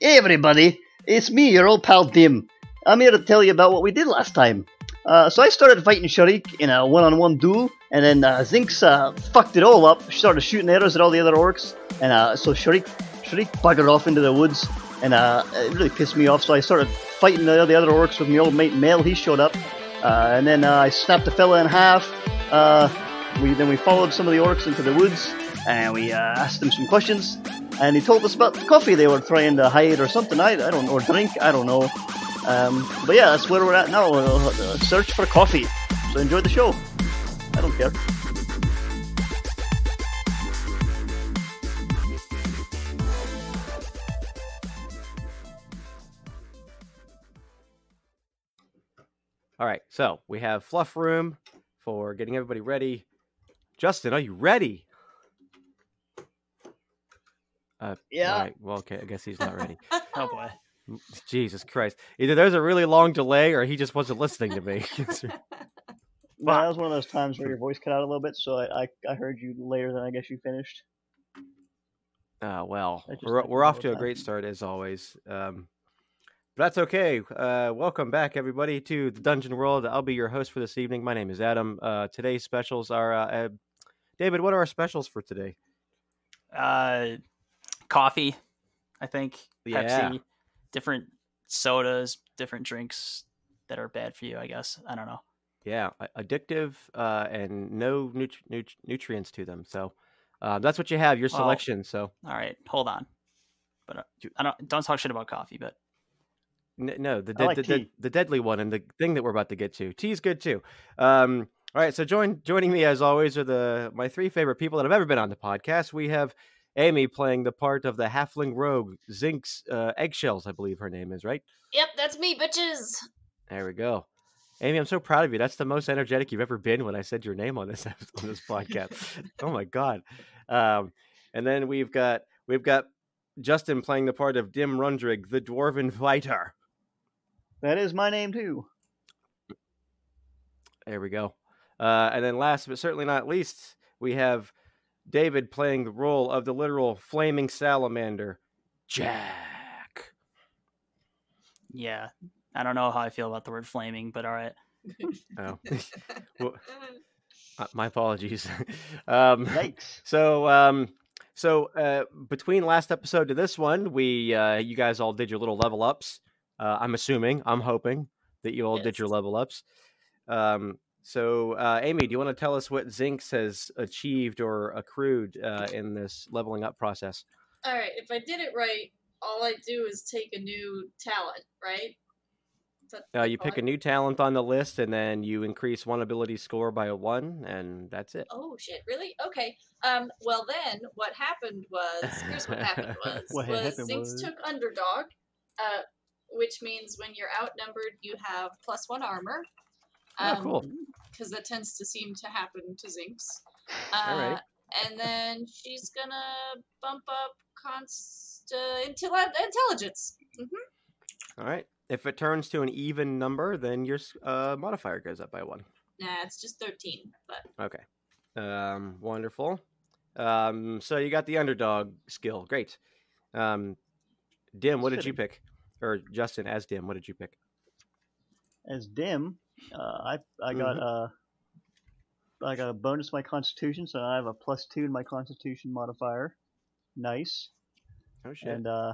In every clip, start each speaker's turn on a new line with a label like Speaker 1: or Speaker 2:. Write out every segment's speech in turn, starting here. Speaker 1: Hey everybody, it's me, your old pal Dim. I'm here to tell you about what we did last time. Uh, so I started fighting Sharik in a one-on-one duel, and then uh, Zinx uh, fucked it all up. Started shooting arrows at all the other orcs, and uh, so Sharik, Sharik buggered off into the woods, and uh, it really pissed me off. So I started fighting the, the other orcs with my old mate Mel. He showed up, uh, and then uh, I snapped the fella in half. Uh, we then we followed some of the orcs into the woods, and we uh, asked them some questions. And he told us about the coffee they were trying to hide or something. I, I don't or drink. I don't know. Um, but yeah, that's where we're at now. Uh, uh, search for coffee. So enjoy the show. I don't care.
Speaker 2: All right, so we have fluff room for getting everybody ready. Justin, are you ready? Uh,
Speaker 1: Yeah.
Speaker 2: All right. Well, okay. I guess he's not ready.
Speaker 3: Oh boy.
Speaker 2: Jesus Christ! Either there's a really long delay, or he just wasn't listening to me.
Speaker 1: Well, that was one of those times where your voice cut out a little bit, so I, I, I heard you later than I guess you finished.
Speaker 2: Ah, well,
Speaker 1: That just
Speaker 2: we're,
Speaker 1: took
Speaker 2: we're
Speaker 1: me
Speaker 2: off
Speaker 1: all
Speaker 2: to a
Speaker 1: time.
Speaker 2: great start as always. Um, but that's okay. Uh, welcome back, everybody, to the Dungeon World. I'll be your host for this evening. My name is Adam. Uh, today's specials are uh, uh, David. What are our specials for today?
Speaker 3: Uh, coffee, I think.
Speaker 2: Yeah.
Speaker 3: Pepsi, different sodas, different drinks that are bad for you. I guess I don't know.
Speaker 2: Yeah, a- addictive uh, and no nut- nut- nutrients to them. So uh, that's what you have. Your
Speaker 3: Well,
Speaker 2: selection. so
Speaker 3: All right, hold on. But uh,
Speaker 2: Do-
Speaker 3: I don't don't talk shit about coffee. But
Speaker 2: N- no, the,
Speaker 1: I
Speaker 2: dead,
Speaker 1: like
Speaker 2: the, dead-
Speaker 1: tea.
Speaker 2: the deadly one and the thing that we're about to get to. Tea's good too. Um, all right, so join joining me as always are the my three favorite people that have ever been on the podcast. We have Amy playing the part of the halfling rogue Zinx uh, Eggshells, I believe her name is right.
Speaker 4: Yep, that's me, bitches.
Speaker 2: There we go. Amy, I'm so proud of you. That's the most energetic you've ever been when I said your name on this ep- on this podcast. oh my god! Um, and then we've got we've got Justin playing the part of Dim Rundrig, the dwarven fighter.
Speaker 1: That is my name too.
Speaker 2: There we go. Uh, and then last but certainly not least, we have David playing the role of the literal flaming salamander, Jack.
Speaker 3: yeah, I don't know how I feel about the word flaming. But all right,
Speaker 2: Oh,
Speaker 4: Mm-hmm.
Speaker 2: uh, my apologies. um,
Speaker 1: Yikes.
Speaker 2: So, um, so uh, between last episode to this one, we uh, you guys all did your little level ups. Uh, I'm assuming, I'm hoping that you all did your
Speaker 4: Yes.
Speaker 2: level ups. Um, so, uh, Amy, do you want to tell us what Zinx has achieved or accrued uh, in this leveling up process?
Speaker 4: all right, if I did it right, all I do is take a new talent, right? Is that
Speaker 2: Uh,
Speaker 4: what they
Speaker 2: you
Speaker 4: call
Speaker 2: pick a
Speaker 4: it?
Speaker 2: new talent on the list, and then you increase one ability score by a one, and that's it.
Speaker 4: Oh shit! Really? Okay. Um. Well, then what happened was here's what happened was
Speaker 1: What
Speaker 4: was
Speaker 1: happened
Speaker 4: Zinx
Speaker 1: was-
Speaker 4: took underdog, uh, which means when you're outnumbered, you have plus one armor. Um,
Speaker 2: Oh, cool.
Speaker 4: Because that tends to seem to happen to Zinx.
Speaker 2: All
Speaker 4: Uh,
Speaker 2: right.
Speaker 4: And then she's gonna bump up const uh, intelli- intelligence. hmm
Speaker 2: All right. If it turns to an even number, then your s- uh, modifier goes up by one.
Speaker 4: Nah, it's just thirteen. But
Speaker 2: Okay. Um, wonderful. Um, so you got the underdog skill. Great. Um, Dim, what did you pick? Or Justin, as Dim, what did you pick?
Speaker 1: As Dim, uh, I I got uh, I got a bonus to my Constitution, so I have a plus two in my Constitution modifier. Nice.
Speaker 2: Oh shit.
Speaker 1: and uh,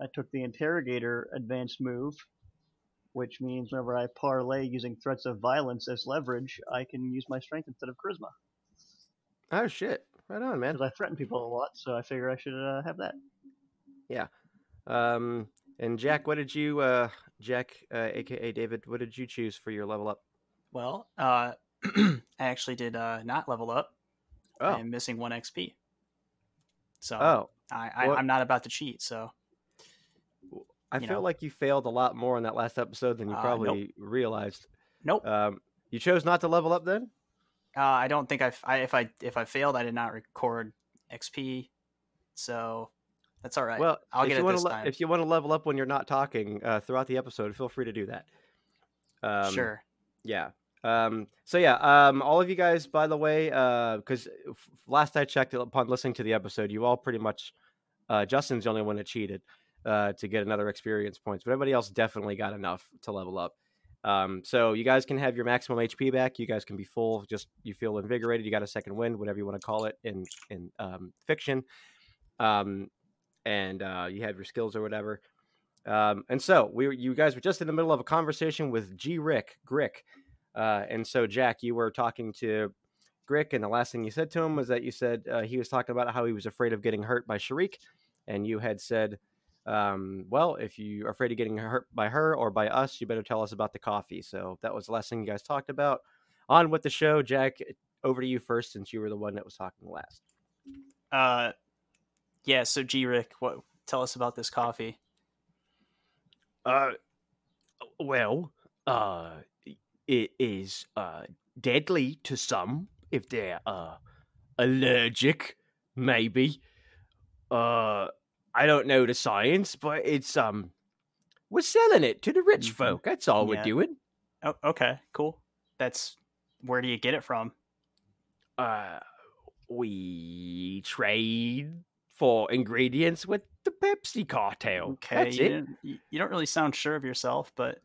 Speaker 1: I took the interrogator advanced move, which means whenever I parlay using threats of violence as leverage, I can use my strength instead of charisma
Speaker 2: oh shit. Right on, man.
Speaker 1: because I threaten people a lot. So I figure I should uh, have that.
Speaker 2: Um, and Jack, what did you, uh, Jack, uh, aka David, what did you choose for your level up?
Speaker 3: well, uh, I actually did uh, not level up.
Speaker 2: Oh,
Speaker 3: I'm missing one XP. So
Speaker 2: oh,
Speaker 3: I, I
Speaker 2: what-
Speaker 3: I'm not about to cheat. So
Speaker 2: I
Speaker 3: you
Speaker 2: feel
Speaker 3: know.
Speaker 2: like you failed a lot more in that last episode than you
Speaker 3: Uh, nope.
Speaker 2: probably realized.
Speaker 3: nope. Uh,
Speaker 2: Um, you chose not to level up then?
Speaker 3: I don't think I've, I if I if I failed, I did not record XP. So that's all right.
Speaker 2: Well,
Speaker 3: I'll
Speaker 2: if
Speaker 3: get
Speaker 2: you
Speaker 3: it
Speaker 2: wanna
Speaker 3: this
Speaker 2: le-
Speaker 3: time.
Speaker 2: If you want to level up when you're not talking uh, throughout the episode, feel free to do that. Um,
Speaker 3: sure.
Speaker 2: Yeah. Um, so yeah, um, all of you guys, by the way, because last I checked, upon listening to the episode, you all pretty much, uh, Justin's the only one that cheated.
Speaker 5: uh, to get another experience points, but everybody else definitely got enough to level up. Um, so you guys can have your maximum HP back. You guys can be full. Just you feel invigorated. You got a second wind, whatever you want to call it in in um, fiction, um, and uh, you have your skills or whatever. Um, and so we, were- you guys were just in the middle of a conversation with G. Rick Grick, uh, and so Jack, you were talking to Grick, and the last thing you said to him was that you said uh, he was talking about how he was afraid of getting hurt by Sharik, and you had said, um, "Well, if you are afraid of getting hurt by her or by us, you better tell us about the coffee." So that was the last thing you guys talked about. On with the show, Jack. Over to you first, since you were the one that was talking last.
Speaker 3: Uh, yeah. So G Rick, what? Tell us about this coffee.
Speaker 5: Uh, well, uh, it is uh deadly to some if they're uh allergic, maybe. Uh, I don't know the science, but it's um, we're selling it to the rich
Speaker 3: Mhm.
Speaker 5: folk. That's all we're
Speaker 3: Yeah.
Speaker 5: doing.
Speaker 3: Oh, okay, cool. That's where do you get it from?
Speaker 5: Uh, we trade for ingredients with the Pepsi cartel.
Speaker 3: Okay,
Speaker 5: That's
Speaker 3: you,
Speaker 5: it.
Speaker 3: didn't- you you don't really sound sure of yourself, but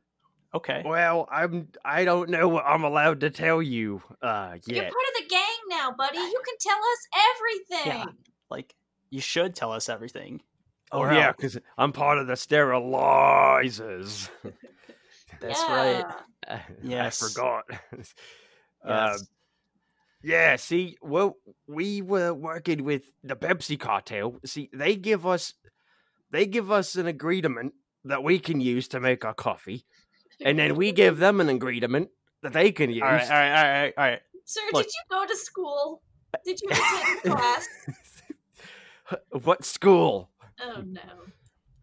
Speaker 3: okay.
Speaker 5: Well, I'm I don't know what I'm allowed to tell you. Uh,
Speaker 4: You're
Speaker 5: yet.
Speaker 4: part of the gang now, buddy. You can tell us everything.
Speaker 3: Like you should tell us everything.
Speaker 5: Oh
Speaker 3: or
Speaker 5: yeah,
Speaker 3: else.
Speaker 5: because I'm part of the sterilizers.
Speaker 3: that's right.
Speaker 4: Yeah.
Speaker 3: Yes.
Speaker 5: I forgot.
Speaker 3: Yes.
Speaker 5: Um, yeah, see, well, we were working with the Pepsi cartel. See, they give us they give us an agreement that we can use to make our coffee, and then we give them an agreement that they can use.
Speaker 3: all right, all right, all right, all right.
Speaker 4: Sir,
Speaker 3: Look.
Speaker 4: did you go to school? Did you attend class?
Speaker 5: what school?
Speaker 4: Oh no.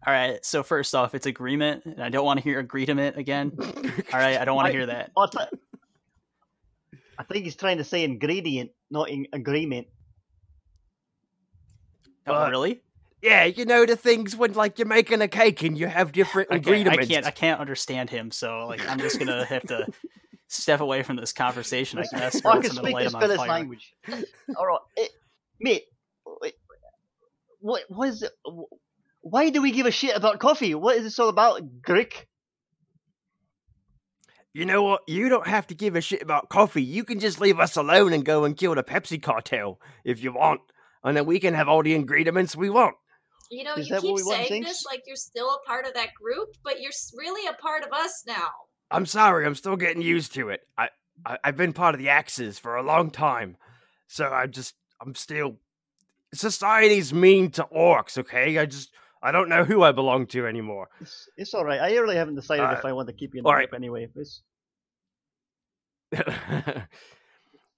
Speaker 3: All right. So first off, it's agreement, and I don't want to hear agreement again.
Speaker 5: all
Speaker 3: All right, I don't want
Speaker 1: I-
Speaker 3: to hear that.
Speaker 1: What's that? I think he's trying to say ingredient, not in agreement.
Speaker 3: Oh,
Speaker 5: But-
Speaker 3: really?
Speaker 5: Yeah, you know the things when like you're making a cake and you have different
Speaker 3: Okay,
Speaker 5: ingredients.
Speaker 3: I can't. I can't understand him. So like, I'm just gonna have to step away from this conversation. I guess. or
Speaker 1: I can
Speaker 3: else I'm gonna
Speaker 1: speak
Speaker 3: light
Speaker 1: this
Speaker 3: him on
Speaker 1: Finnish
Speaker 3: fire.
Speaker 1: language. All right, eh, mate. wait, What what is it? wh- Why do we give a shit about coffee? What is this all about, Greek?
Speaker 5: You know what? You don't have to give a shit about coffee. You can just leave us alone and go and kill the Pepsi cartel if you want, and then we can have all the ingredients we want.
Speaker 4: You know,
Speaker 1: Is
Speaker 4: you
Speaker 1: that what
Speaker 4: keep
Speaker 1: we want,
Speaker 4: saying
Speaker 1: Jinx?
Speaker 4: this like you're still a part of that group, but you're s- really a part of us now.
Speaker 5: I'm sorry, I'm still getting used to it. I, I I've been part of the Axes for a long time, so I just I'm still. Society's mean to orcs. Okay, I just I don't know who I belong to anymore.
Speaker 1: It's, it's all right. I really haven't decided
Speaker 5: Uh,
Speaker 1: if I want to keep you in
Speaker 5: all
Speaker 1: the
Speaker 5: right.
Speaker 1: group anyway. It's,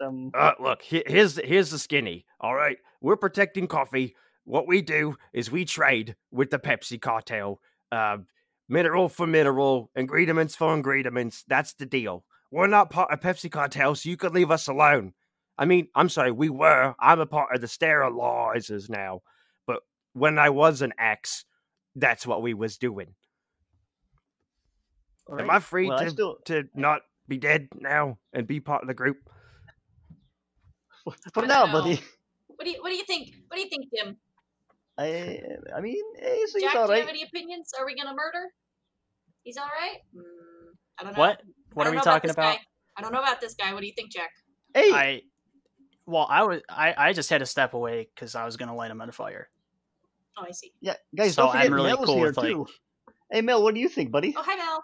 Speaker 1: um,
Speaker 5: Uh, look, he- here's here's the skinny. All right, we're protecting coffee. What we do is we trade with the Pepsi cartel, uh, mineral for mineral, ingredients for ingredients. That's the deal. We're not part of Pepsi cartel, so you can leave us alone. I mean, I'm sorry, we were. I'm a part of the sterilizers now, but when I was an ex, that's what we was doing.
Speaker 1: all
Speaker 5: Am
Speaker 1: right.
Speaker 5: I free
Speaker 1: well, I
Speaker 5: to
Speaker 1: still,
Speaker 5: to not be dead now and be part of the group?
Speaker 1: for
Speaker 4: I
Speaker 1: now,
Speaker 4: dunno.
Speaker 1: buddy.
Speaker 4: What do you What do you think? What do you think, Jim?
Speaker 1: I I mean, eh, so he's
Speaker 4: Jack,
Speaker 1: all
Speaker 4: do you have
Speaker 1: right.
Speaker 4: any opinions? Are we gonna murder? He's all right. Mm, I don't know.
Speaker 3: What?
Speaker 4: I
Speaker 3: What are
Speaker 4: don't
Speaker 3: we
Speaker 4: know
Speaker 3: talking
Speaker 4: this
Speaker 3: about?
Speaker 4: guy. I don't know about this guy. What do you think, Jack?
Speaker 1: Hey,
Speaker 3: I well, I was I, I just had to step away because I was gonna light him on fire.
Speaker 4: Oh, I see.
Speaker 1: yeah, guys,
Speaker 3: so
Speaker 1: don't forget
Speaker 3: I'm really
Speaker 1: Mel's
Speaker 3: cool
Speaker 1: here
Speaker 3: with like
Speaker 1: too. Hey, Mel, what do you think, buddy?
Speaker 4: Oh, hi, Mel.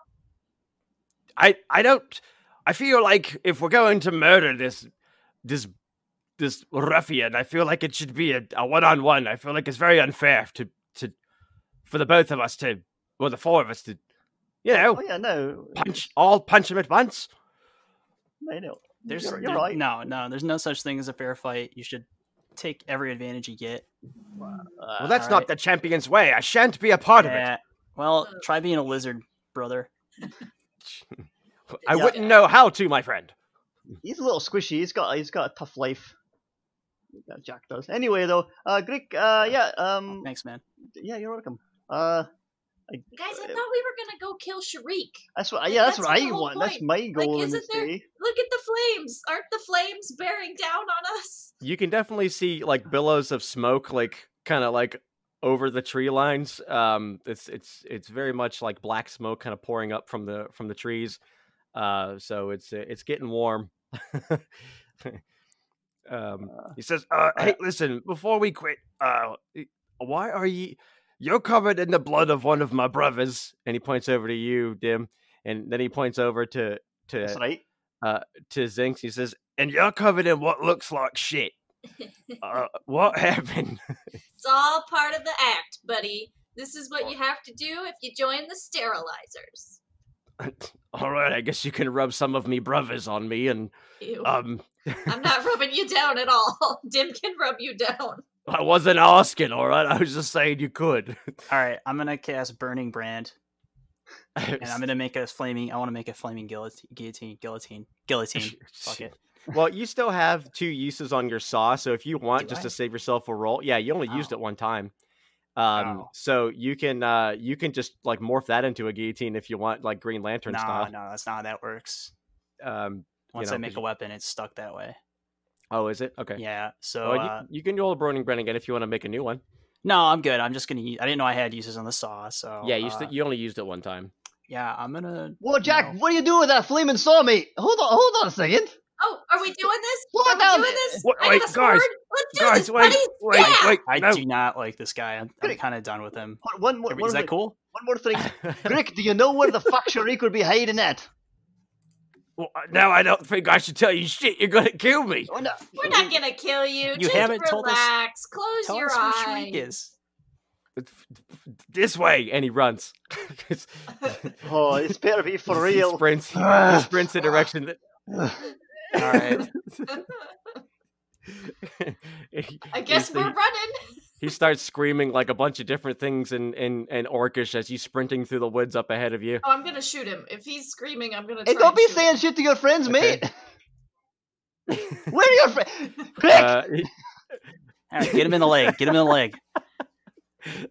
Speaker 5: I I don't I feel like if we're going to murder this this this ruffian, I feel like it should be a, a one-on-one. I feel like it's very unfair to to for the both of us to well the four of us to you
Speaker 1: Oh
Speaker 5: know
Speaker 1: yeah, no,
Speaker 5: punch all punch him at once.
Speaker 1: I know.
Speaker 3: there's
Speaker 1: you're,
Speaker 3: there-
Speaker 1: you're right.
Speaker 3: no no there's no such thing as a fair fight. You should take every advantage you get.
Speaker 5: Well that's not
Speaker 3: alright.
Speaker 5: the champion's way. I shan't be a part of it.
Speaker 3: Yeah, well, try being a lizard, brother.
Speaker 1: yeah.
Speaker 5: I wouldn't know how to, my friend.
Speaker 1: He's a little squishy. He's got he's got a tough life. Yeah, Jack does. Anyway, though, uh, Greek, uh, yeah, um,
Speaker 3: Thanks, man.
Speaker 1: yeah, you're welcome. Uh,
Speaker 4: Guys, I
Speaker 1: Uh,
Speaker 4: thought we were gonna go kill Sharik.
Speaker 1: that's what,
Speaker 4: Like,
Speaker 1: yeah, that's,
Speaker 4: that's
Speaker 1: what
Speaker 4: the
Speaker 1: I
Speaker 4: whole
Speaker 1: want. That's
Speaker 4: point.
Speaker 1: my goal in
Speaker 4: isn't
Speaker 1: this
Speaker 4: there-
Speaker 1: day.
Speaker 4: Look at the flames. Aren't the flames bearing down on us?
Speaker 5: You can definitely see like billows of smoke like kind of like
Speaker 2: over the tree lines. Um, it's it's it's very much like black smoke kind of pouring up from the from the trees. Uh, so it's it's getting warm. um, he says, uh, "Hey, listen, before we quit, uh, why are you? You're covered in the blood of one of my brothers." And he points over to you, Dim, and then he points over to
Speaker 1: That's
Speaker 2: to
Speaker 1: right.
Speaker 2: to Zinx. He says, "And you're covered in what looks like shit. Uh, what happened?"
Speaker 4: It's all part of the act, buddy. This is what you have to do if you join the sterilizers.
Speaker 2: All right, I guess you can rub some of me brothers on me, and
Speaker 4: Ew.
Speaker 3: Uh,
Speaker 2: um,
Speaker 4: I'm not rubbing you down at all. Dim can rub you down.
Speaker 2: I wasn't asking. All right, I was just saying you could.
Speaker 3: All right, I'm gonna cast Burning Brand, and I'm gonna make a flaming. I want to make a flaming guillotine, guillotine, guillotine, guillotine. Fuck it.
Speaker 2: Well, you still have two uses on your saw, so if you want
Speaker 3: Do
Speaker 2: just
Speaker 3: I?
Speaker 2: to save yourself a roll, yeah, you only used
Speaker 3: Oh.
Speaker 2: it one time. Um,
Speaker 3: Oh.
Speaker 2: so you can uh, you can just like morph that into a guillotine if you want, like Green Lantern
Speaker 3: No,
Speaker 2: style.
Speaker 3: no, that's not how that works.
Speaker 2: Um, You
Speaker 3: Once
Speaker 2: know,
Speaker 3: I
Speaker 2: 'cause
Speaker 3: make a
Speaker 2: you-
Speaker 3: weapon, it's stuck that way.
Speaker 2: oh, is it okay?
Speaker 3: Yeah. So
Speaker 2: Well, you,
Speaker 3: uh,
Speaker 2: you can roll a Burning Brand again if you want to make a new one.
Speaker 3: no, I'm good. I'm just gonna. Use, I didn't know I had uses on the saw. So
Speaker 2: yeah, you
Speaker 3: uh,
Speaker 2: st- you only used it one time.
Speaker 3: yeah, I'm gonna.
Speaker 1: Whoa, Jack,
Speaker 3: No.
Speaker 1: what are you doing with that flaming saw, mate? Hold on, hold on a second.
Speaker 4: Oh, are we doing this?
Speaker 1: Slow
Speaker 4: Are we
Speaker 1: down.
Speaker 4: doing this?
Speaker 2: Wait,
Speaker 4: I got a
Speaker 2: wait, guys.
Speaker 4: sword. Let's do this,
Speaker 2: Guys, wait,
Speaker 4: buddy.
Speaker 2: wait,
Speaker 4: yeah!
Speaker 2: wait!
Speaker 3: I
Speaker 2: no.
Speaker 3: do not like this guy. I'm, I'm
Speaker 1: Great.
Speaker 3: kind of done with him.
Speaker 1: One- One more,
Speaker 3: Are we-
Speaker 1: one
Speaker 3: Is
Speaker 1: more-
Speaker 3: that cool?
Speaker 1: one more thing. Rick, do you know where the fuck Sharik would be hiding at?
Speaker 2: Well, uh, now I don't think I should tell you shit. You're gonna kill me.
Speaker 1: Oh, no.
Speaker 4: We're not gonna kill you.
Speaker 3: You
Speaker 4: Just
Speaker 3: haven't told us-
Speaker 4: relax. Close
Speaker 3: Tell
Speaker 4: your
Speaker 3: us who Shriek
Speaker 4: eyes.
Speaker 3: is.
Speaker 2: This way, and he runs.
Speaker 1: Oh, it's better be for
Speaker 2: He
Speaker 1: real.
Speaker 2: sprints. he
Speaker 1: Ah.
Speaker 2: sprints in direction that
Speaker 3: All right.
Speaker 2: He-
Speaker 4: I
Speaker 2: he
Speaker 4: guess
Speaker 2: st-
Speaker 4: we're running.
Speaker 2: he starts screaming like a bunch of different things in in, in Orcish as he's sprinting through the woods up ahead of you.
Speaker 4: Oh, I'm gonna shoot him. If he's screaming, I'm gonna.
Speaker 1: Hey,
Speaker 4: try
Speaker 1: don't
Speaker 4: and
Speaker 1: be
Speaker 4: shoot him.
Speaker 1: saying shit to your friends,
Speaker 2: Okay.
Speaker 1: mate. Where are your friends? Rick,
Speaker 2: Uh, he-
Speaker 3: All right, get him in the leg. Get him in the leg.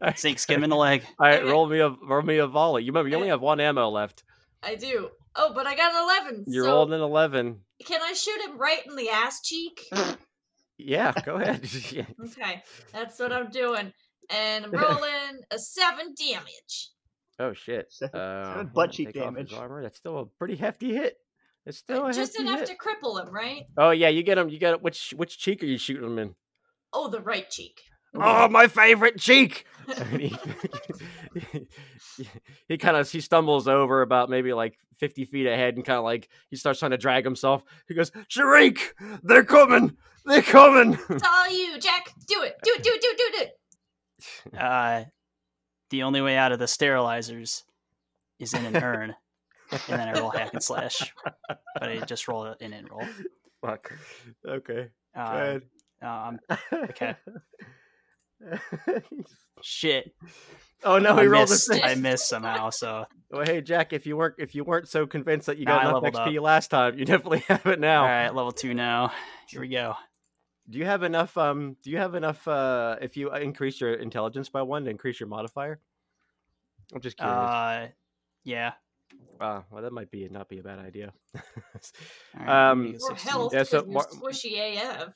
Speaker 3: Zinx, get him in the leg.
Speaker 2: All right, roll me a roll me a volley. You remember you only have one ammo left.
Speaker 4: I do. Oh, but I got an eleven.
Speaker 2: You're
Speaker 4: so
Speaker 2: rolling an eleven.
Speaker 4: Can I shoot him right in the ass cheek?
Speaker 2: Yeah, go ahead. Yeah.
Speaker 4: okay, that's what I'm doing, and I'm rolling a seven damage.
Speaker 2: Oh shit.
Speaker 1: Seven-
Speaker 2: Uh,
Speaker 1: seven
Speaker 2: hold
Speaker 1: butt
Speaker 2: on,
Speaker 1: cheek
Speaker 2: take off his
Speaker 1: damage.
Speaker 2: Armor. That's still a pretty hefty hit. It's still a
Speaker 4: Uh, Just
Speaker 2: hefty
Speaker 4: enough
Speaker 2: hit.
Speaker 4: to cripple him, right?
Speaker 2: Oh yeah, you get him. You got which which cheek are you shooting him in?
Speaker 4: Oh, the right cheek.
Speaker 2: Oh, my favorite cheek. And he he kind of he stumbles over about maybe like 50 feet ahead and kind of like he starts trying to drag himself he goes sharik they're coming they're coming
Speaker 4: It's all you, Jack. Do it. Do it. Do it. Do it. Do it.
Speaker 3: Uh, the only way out of the sterilizers is in an urn, and then I roll hack and slash. But I just roll an in roll.
Speaker 2: fuck okay
Speaker 3: Uh, um, okay. shit.
Speaker 2: oh no
Speaker 3: I
Speaker 2: he rolled a
Speaker 3: missed.
Speaker 2: six
Speaker 3: I missed somehow. So
Speaker 2: well hey jack if you weren't if you weren't so convinced that you
Speaker 3: Nah, I
Speaker 2: got enough
Speaker 3: leveled
Speaker 2: xp last time you definitely have it now
Speaker 3: all right, level two now. Here we go.
Speaker 2: do you have enough um do you have enough uh if you increase your intelligence by one to increase your modifier i'm just curious
Speaker 3: Uh, yeah.
Speaker 2: Uh, well, that might be not be a bad idea.
Speaker 3: All right,
Speaker 2: Um,
Speaker 3: let me get
Speaker 4: Or
Speaker 3: 16.
Speaker 4: health.
Speaker 2: Yeah, so
Speaker 4: 'cause you're
Speaker 2: Mar-
Speaker 4: squishy AF.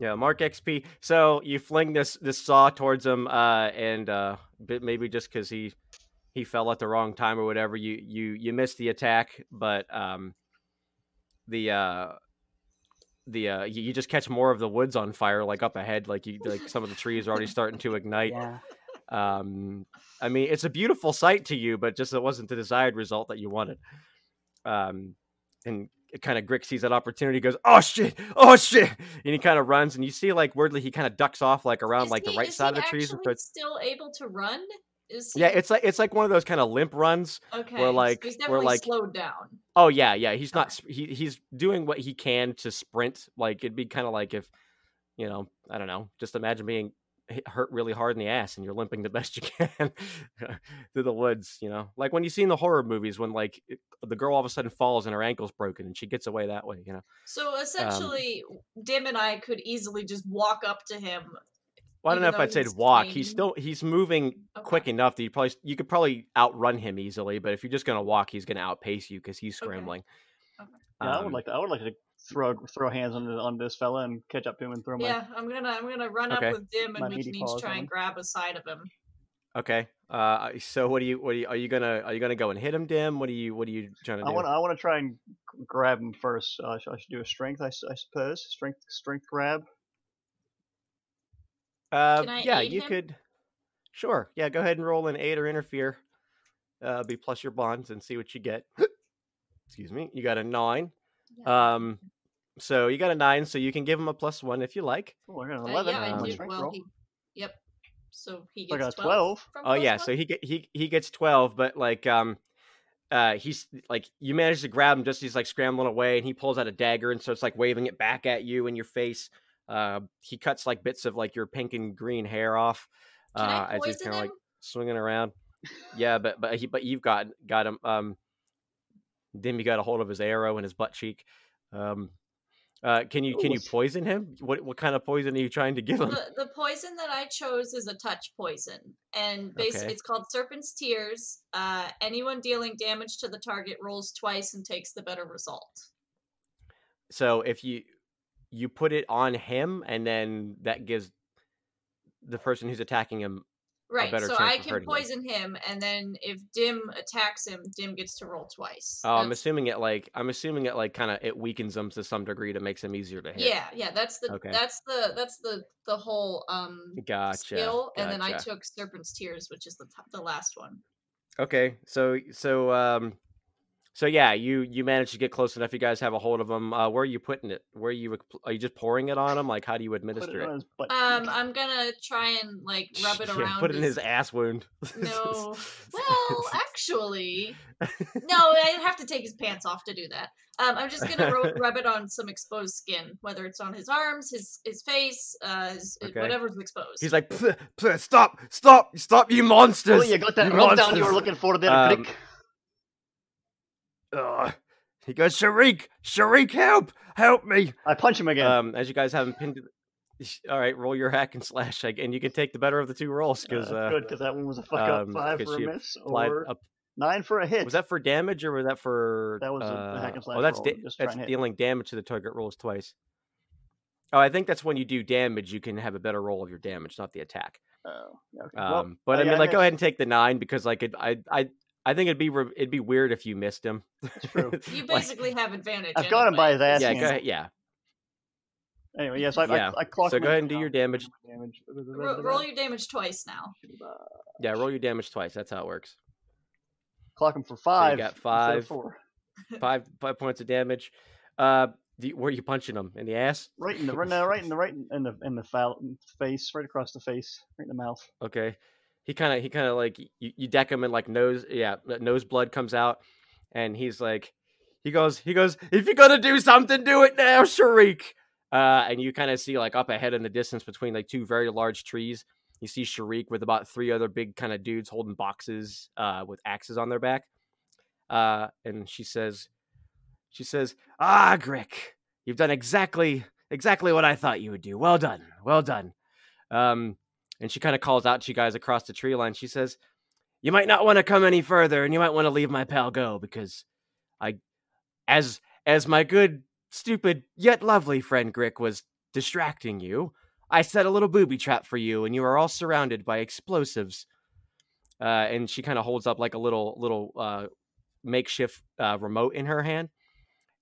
Speaker 2: yeah, mark XP. So you fling this this saw towards him, uh, and uh, but maybe just because he he fell at the wrong time or whatever, you you you missed the attack, but um, the uh, the uh, you, you just catch more of the woods on fire, like up ahead, like you like some of the trees are already starting to ignite.
Speaker 3: Yeah.
Speaker 2: Um, I mean, it's a beautiful sight to you, but just it wasn't the desired result that you wanted. Um, and kind of Grick sees that opportunity, goes, "Oh shit! Oh shit!" And he kind of runs, and you see like weirdly he kind of ducks off like around
Speaker 4: Is
Speaker 2: like the
Speaker 4: he-
Speaker 2: right
Speaker 4: is
Speaker 2: side of
Speaker 4: he
Speaker 2: the trees and
Speaker 4: actually
Speaker 2: starts.
Speaker 4: still able to run? Is he?
Speaker 2: Yeah, it's like it's like one of those kind of limp runs.
Speaker 4: okay. so
Speaker 2: like-
Speaker 4: he's
Speaker 2: we're
Speaker 4: definitely
Speaker 2: like-
Speaker 4: slowed down.
Speaker 2: Oh yeah, yeah. He's not. sp- He he's doing what he can to sprint. Like it'd be kind of like if, you know, I don't know. Just imagine being hit- hurt really hard in the ass and you're limping the best you can through the woods. You know, like when you see in the horror movies when like it- the girl all of a sudden falls and her ankle's broken and she gets away that way. You know.
Speaker 4: So essentially, Dim and I could easily just walk up to him.
Speaker 2: Well, I don't
Speaker 4: Even
Speaker 2: know if
Speaker 4: though
Speaker 2: I'd say to
Speaker 4: he's
Speaker 2: walk. He's
Speaker 4: tiny.
Speaker 2: still he's moving quick
Speaker 4: Okay.
Speaker 2: enough that you probably you could probably outrun him easily. But if you're just gonna walk, he's gonna outpace you because he's
Speaker 4: Okay.
Speaker 2: scrambling.
Speaker 4: Okay.
Speaker 1: yeah, I would
Speaker 2: Um,
Speaker 1: like to, I would like to throw throw hands on, on this fella and catch up to him and throw my
Speaker 4: Yeah, I'm gonna I'm gonna run
Speaker 2: Okay.
Speaker 4: up with Dim
Speaker 1: My
Speaker 4: and we
Speaker 1: meaty
Speaker 4: can each
Speaker 1: paws
Speaker 4: try
Speaker 1: on him.
Speaker 4: and grab a side of him.
Speaker 2: Okay. Uh, so what do you what do you, are you gonna are you gonna go and hit him, Dim? What do you what are you trying to
Speaker 1: I
Speaker 2: do?
Speaker 1: want to. I want to try and g- grab him first. Uh, sh- I should do a strength, I, s- I suppose. Strength, strength grab.
Speaker 2: uh,
Speaker 4: Can I
Speaker 2: yeah,
Speaker 4: aid
Speaker 2: you
Speaker 4: him?
Speaker 2: could. Sure. Yeah, go ahead and roll an aid or interfere. Uh, be plus your bonds and see what you get. Excuse me. You got a nine. Um, so you got a nine, so you can give him a plus one if you like.
Speaker 1: Oh, I got an
Speaker 4: Uh,
Speaker 1: eleven.
Speaker 4: yeah,
Speaker 1: on
Speaker 4: I
Speaker 1: my
Speaker 4: do.
Speaker 1: strength
Speaker 4: Well,
Speaker 1: roll.
Speaker 4: he, yep. So he
Speaker 1: So I
Speaker 4: gets
Speaker 1: got a
Speaker 4: 12.
Speaker 1: 12.
Speaker 4: from
Speaker 2: Oh yeah,
Speaker 4: plus
Speaker 2: so
Speaker 4: one?
Speaker 2: he get he he gets twelve, but like um, uh, he's like you manage to grab him just as he's like scrambling away, and he pulls out a dagger and starts like waving it back at you in your face. Uh, he cuts like bits of like your pink and green hair off.
Speaker 4: Can
Speaker 2: uh,
Speaker 4: I
Speaker 2: as he's
Speaker 4: poison
Speaker 2: kind of
Speaker 4: him?
Speaker 2: like swinging around. Yeah, but but he but you've got got him. Um, then you got a hold of his arrow and his butt cheek. Um, uh, can
Speaker 4: Oh,
Speaker 2: you can you
Speaker 1: Ooh.
Speaker 2: poison him? What what kind of poison are you trying to give him?
Speaker 4: the, the poison that I chose is a touch poison, and basically
Speaker 2: Okay.
Speaker 4: it's called Serpent's Tears. Uh, anyone dealing damage to the target rolls twice and takes the better result.
Speaker 2: so if you you put it on him and then that gives the person who's attacking him
Speaker 4: Right,
Speaker 2: better
Speaker 4: so
Speaker 2: chance
Speaker 4: I
Speaker 2: of
Speaker 4: can
Speaker 2: hurting him.
Speaker 4: poison him, and then if Dim attacks him, Dim gets to roll twice.
Speaker 2: oh i'm
Speaker 4: That's-
Speaker 2: assuming it like i'm assuming it like kind of it weakens them to some degree to makes them easier to hit
Speaker 4: Yeah, yeah, that's the
Speaker 2: Okay.
Speaker 4: that's the that's the the whole um
Speaker 2: gotcha
Speaker 4: skill, and then I
Speaker 2: gotcha.
Speaker 4: took Serpent's Tears, which is the t- the last one.
Speaker 2: okay so so um so yeah you you managed to get close enough you guys have a hold of them uh where are you putting it where are you ac- are you just pouring it on him like how do you
Speaker 1: Put
Speaker 2: administer
Speaker 1: it
Speaker 2: it,
Speaker 1: on his butt.
Speaker 4: Um, I'm gonna try and like rub it
Speaker 2: yeah,
Speaker 4: around.
Speaker 2: put it in his ass wound
Speaker 4: No. Well, actually, no, I'd have to take his pants off to do that. Um, I'm just gonna ro- rub it on some exposed skin, whether it's on his arms, his his face, uh, his,
Speaker 2: Okay.
Speaker 4: whatever's exposed.
Speaker 2: He's like, "Pff, pff, stop, stop, stop, you monsters!
Speaker 1: Well, Oh, you got that
Speaker 2: you
Speaker 1: rundown you were
Speaker 2: monsters."
Speaker 1: looking for there,
Speaker 2: Um,
Speaker 1: Crick.
Speaker 2: Ugh. He goes, Sharik, Sharik, help, help me!
Speaker 1: I punch him again.
Speaker 2: Um, as you guys haven't pinned, to the- all right, roll your hack and slash, like, and you can take the better of the two rolls because
Speaker 1: uh,
Speaker 2: uh,
Speaker 1: good, because that one was a fuck up.
Speaker 2: um,
Speaker 1: Five
Speaker 2: 'cause
Speaker 1: for a
Speaker 2: you
Speaker 1: miss,
Speaker 2: applied
Speaker 1: or
Speaker 2: up-
Speaker 1: nine for a hit.
Speaker 2: was that for damage or was that for?
Speaker 1: That was a- a hack
Speaker 2: uh,
Speaker 1: and
Speaker 2: oh,
Speaker 1: slash
Speaker 2: that's
Speaker 1: roll,
Speaker 2: da-
Speaker 1: just try
Speaker 2: that's
Speaker 1: and hit.
Speaker 2: dealing damage to the target rolls twice. Oh, I think that's when you do damage, you can have a better roll of your damage, not the attack.
Speaker 1: Oh, yeah, okay.
Speaker 2: Um,
Speaker 1: Well,
Speaker 2: but I
Speaker 1: yeah,
Speaker 2: mean,
Speaker 1: I
Speaker 2: like, go
Speaker 1: missed.
Speaker 2: ahead and take the nine because, like, it, I, I, I think it'd be re- it'd be weird if you missed him.
Speaker 1: true.
Speaker 4: you
Speaker 2: Like-
Speaker 4: basically have advantage.
Speaker 1: I've got him by
Speaker 4: anyway.
Speaker 1: his ass.
Speaker 2: yeah,
Speaker 1: hand.
Speaker 2: go ahead, yeah.
Speaker 1: Anyway, yeah, so I,
Speaker 2: Yeah.
Speaker 1: I, I clocked
Speaker 2: So
Speaker 1: him
Speaker 2: go ahead
Speaker 1: in
Speaker 2: and do your
Speaker 1: now.
Speaker 2: damage.
Speaker 1: damage.
Speaker 4: Ro- roll your damage twice now.
Speaker 2: Yeah, roll your damage twice. That's how it works.
Speaker 1: Clock him for five.
Speaker 2: got
Speaker 1: instead of
Speaker 2: five.
Speaker 1: four.
Speaker 2: Five five points of damage. Uh, do you- where are you punching him in the ass?
Speaker 1: Right in the right, no, right in the right in in the in the foul, face, right across the face, right in the mouth.
Speaker 2: Okay. He kind of he kind of like y- you, you deck him and like nose yeah n- nose blood comes out and he's like he goes he goes if you're gonna do something do it now Sharik uh, and you kind of see like up ahead in the distance between like two very large trees you see Sharik with about three other big kind of dudes holding boxes uh, with axes on their back uh, and she says she says ah Grick you've done exactly exactly what I thought you would do well done well done um, and she kind of calls out to you guys across the tree line. She says, "You might not want to come any further, and you might want to leave my pal go because I, as as my good, stupid yet lovely friend Grick was distracting you, I set a little booby trap for you, and you are all surrounded by explosives." Uh, and she kind of holds up like a little little uh, makeshift uh, remote in her hand,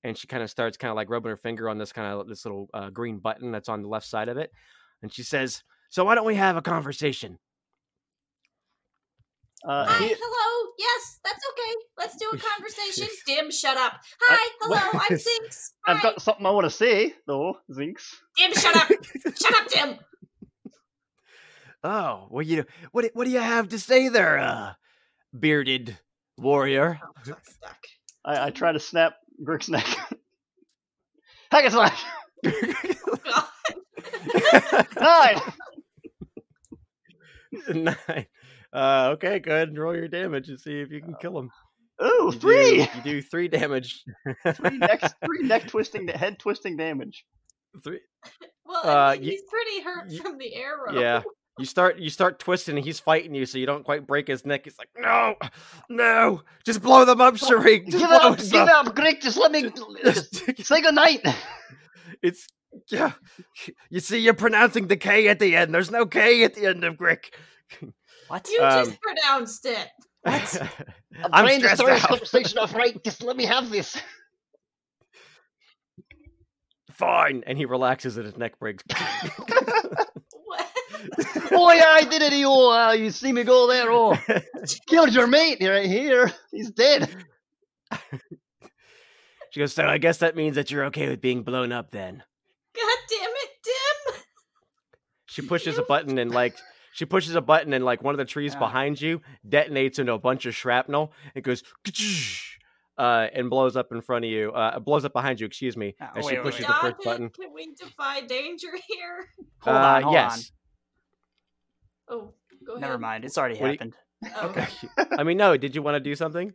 Speaker 2: and she kind of starts kind of like rubbing her finger on this kind of this little uh, green button that's on the left side of it, and she says. So why don't we have a conversation?
Speaker 1: Uh,
Speaker 4: Hi,
Speaker 1: he-
Speaker 4: hello. Yes, that's okay. Let's do a conversation. Dim, shut up.
Speaker 1: I-
Speaker 4: Hi, hello. I'm
Speaker 2: what-
Speaker 4: Zinx. Hi.
Speaker 1: I've got something I want to say though, Zinx.
Speaker 4: Dim, shut up. shut up, Dim.
Speaker 2: Oh, well, you what? do- What do you have to say there, uh, bearded warrior?
Speaker 4: Oh, fuck, fuck.
Speaker 1: I, I try to snap Grick's neck. Hack and slash.
Speaker 4: God.
Speaker 1: Nine.
Speaker 2: Nine. Uh, okay, go ahead and roll your damage and see if you can kill him.
Speaker 1: Ooh, Uh, oh,
Speaker 2: You do-
Speaker 1: three.
Speaker 2: you do three damage.
Speaker 1: three neck, three neck twisting, da- head twisting damage.
Speaker 2: Three.
Speaker 4: Well,
Speaker 2: Uh,
Speaker 4: I mean,
Speaker 2: ye-
Speaker 4: he's pretty hurt
Speaker 2: ye-
Speaker 4: from the arrow.
Speaker 2: Yeah. you start you start twisting and he's fighting you so you don't quite break his neck. He's like, No, no, just blow them up, Sharik. Just
Speaker 1: give
Speaker 2: blow
Speaker 1: up,
Speaker 2: us
Speaker 1: give up, Greg. Just let me just
Speaker 2: Just-
Speaker 1: say goodnight.
Speaker 2: it's yeah. You see, you're pronouncing the K at the end. There's no K at the end of Grick.
Speaker 3: What?
Speaker 4: You
Speaker 2: Um,
Speaker 4: just pronounced it.
Speaker 1: I'm,
Speaker 2: I'm
Speaker 1: trying to
Speaker 2: stressed
Speaker 1: start this
Speaker 2: out.
Speaker 1: conversation off right. Just let me have this.
Speaker 2: Fine. And he relaxes and his neck breaks.
Speaker 4: What?
Speaker 1: oh yeah, I did it. You, uh, you see me go there. Oh, killed your mate right here. He's dead.
Speaker 2: She goes, So I guess that means that you're okay with being blown up then.
Speaker 4: God damn it, Dim!
Speaker 2: She pushes a button and like she pushes a button and like one of the trees
Speaker 3: Yeah.
Speaker 2: behind you detonates into a bunch of shrapnel and goes "Kachoosh," uh, and blows up in front of you. Uh, blows up behind you, excuse me.
Speaker 3: Ah,
Speaker 2: as
Speaker 3: wait,
Speaker 2: she
Speaker 3: wait,
Speaker 2: pushes
Speaker 3: wait.
Speaker 2: the
Speaker 4: Stop
Speaker 2: first
Speaker 4: it.
Speaker 2: button.
Speaker 4: Can we defy danger here?
Speaker 3: Hold
Speaker 2: Uh,
Speaker 3: on, hold
Speaker 2: yes.
Speaker 4: Oh, go
Speaker 3: on.
Speaker 4: ahead.
Speaker 3: Never mind. It's already
Speaker 2: What do you-
Speaker 3: happened.
Speaker 4: Oh,
Speaker 2: Okay. I mean, no. Did you want to do something?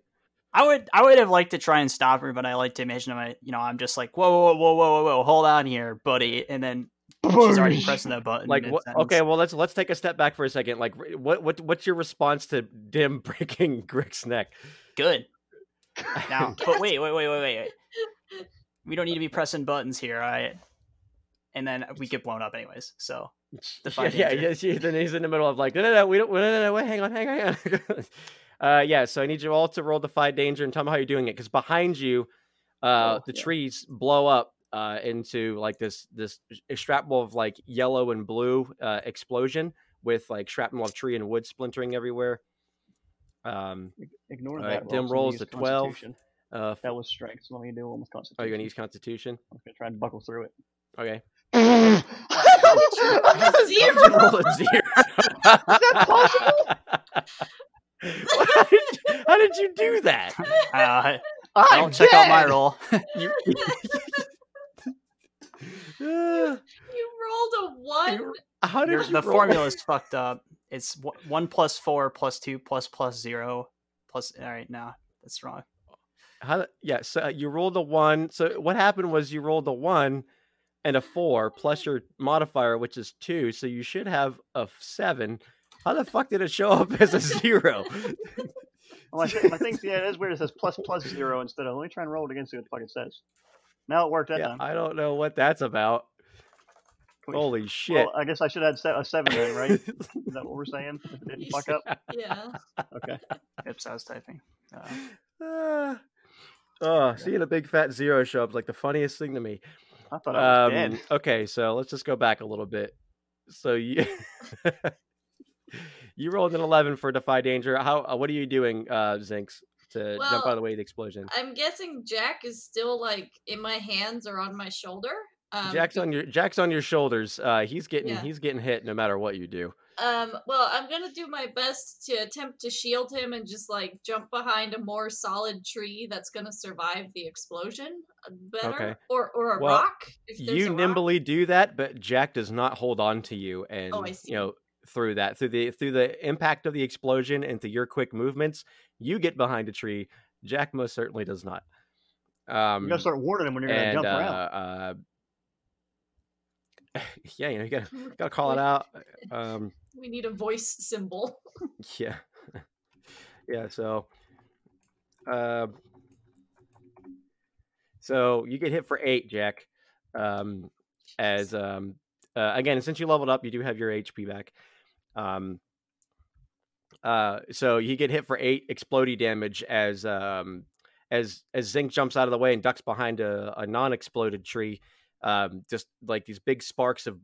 Speaker 3: I would I would have liked to try and stop her, but I like to imagine I you know I'm just like whoa whoa whoa whoa whoa whoa hold on here, buddy, and then she's already pressing that button.
Speaker 2: Like,
Speaker 3: mid-sentence.
Speaker 2: what, okay, well, let's let's take a step back for a second. Like, r- what what what's your response to Dim breaking Grick's neck?
Speaker 3: good. Now, but wait wait wait wait wait. wait. We don't need to be pressing buttons here. I and then we get blown up anyways. So
Speaker 2: yeah,
Speaker 3: Defy
Speaker 2: yeah,
Speaker 3: danger.
Speaker 2: yeah. she- then he's in the middle of like, no, no, no, we don't, no, no, no, wait, hang on, hang on. Hang on. uh, yeah, so I need you all to roll defy danger and tell me how you're doing it because behind you, uh,
Speaker 4: Oh,
Speaker 2: the
Speaker 4: yeah.
Speaker 2: trees blow up uh, into like this this shrapnel of like yellow and blue uh, explosion with like shrapnel of tree and wood splintering everywhere. Um,
Speaker 1: Ignore
Speaker 2: Alright, that roll. Dim So I'm gonna rolls use a 12. Constitution. uh, f-
Speaker 1: That was strength. So let me do almost constitution.
Speaker 2: are you Oh, gonna use Constitution?
Speaker 1: I'm gonna try and buckle through it.
Speaker 2: Okay.
Speaker 4: Zero.
Speaker 2: You rolled a zero.
Speaker 1: that
Speaker 2: how, did you, how did you do that?
Speaker 3: uh,
Speaker 1: i
Speaker 3: don't check out my roll.
Speaker 2: Uh,
Speaker 4: You rolled a one.
Speaker 2: How did
Speaker 3: Your-
Speaker 2: you
Speaker 3: the
Speaker 2: roll?
Speaker 3: formula is fucked up. It's wh- one plus four plus two plus plus zero plus. All right, no, that's wrong.
Speaker 2: How, the- yeah, so uh, you rolled a one. So what happened was you rolled a one and a four plus your modifier, which is two. So you should have a f- seven. How the fuck did it show up as a zero?
Speaker 1: Well, I think, I think yeah, it is weird. It says plus plus zero instead of. Let me try and roll it again. See what the fuck it says. Now it worked that
Speaker 2: yeah,
Speaker 1: time.
Speaker 2: I don't know what that's about.
Speaker 1: Wait,
Speaker 2: Holy shit!
Speaker 1: Well, I guess I should add se- a seven then, right? is that what we're saying? If it didn't fuck up.
Speaker 4: Yeah.
Speaker 1: Okay.
Speaker 3: Oops, I was typing. Uh,
Speaker 2: Ah. oh, seeing a big fat zero show up is like the funniest thing to me.
Speaker 1: I thought I was
Speaker 2: Um,
Speaker 1: dead.
Speaker 2: Okay, so let's just go back a little bit. So you you rolled an eleven for defy danger. How uh, what are you doing, uh, Zinx, to jump out of
Speaker 4: Well,
Speaker 2: the way of the explosion?
Speaker 4: I'm guessing Jack is still like in my hands or on my shoulder. Um,
Speaker 2: Jack's on your Jack's on your shoulders. Uh, he's getting
Speaker 4: Yeah.
Speaker 2: he's getting hit no matter what you do.
Speaker 4: Um, well, I'm gonna do my best to attempt to shield him and just like jump behind a more solid tree that's gonna survive the explosion uh, better,
Speaker 2: Okay.
Speaker 4: or or a
Speaker 2: Well,
Speaker 4: rock. If there's a
Speaker 2: you
Speaker 4: rock. Oh,
Speaker 2: nimbly do that, but Jack does not hold on to you, and
Speaker 4: I see.
Speaker 2: you know through that through the through the impact of the explosion and through your quick movements, you get behind a tree. Jack most certainly does not. Um,
Speaker 1: You gotta start warning him when you're gonna
Speaker 2: and
Speaker 1: jump
Speaker 2: uh,
Speaker 1: around.
Speaker 2: uh, yeah, you know you gotta gotta call it out. Um,
Speaker 4: We need a voice symbol.
Speaker 2: yeah, yeah. So, uh, so you get hit for eight, Jack. Um, as um, uh, again, since you leveled up, you do have your HP back. Um, uh, so you get hit for eight explodey damage as um, as as Zinc jumps out of the way and ducks behind a, a non-exploded tree. Um, just like these big sparks of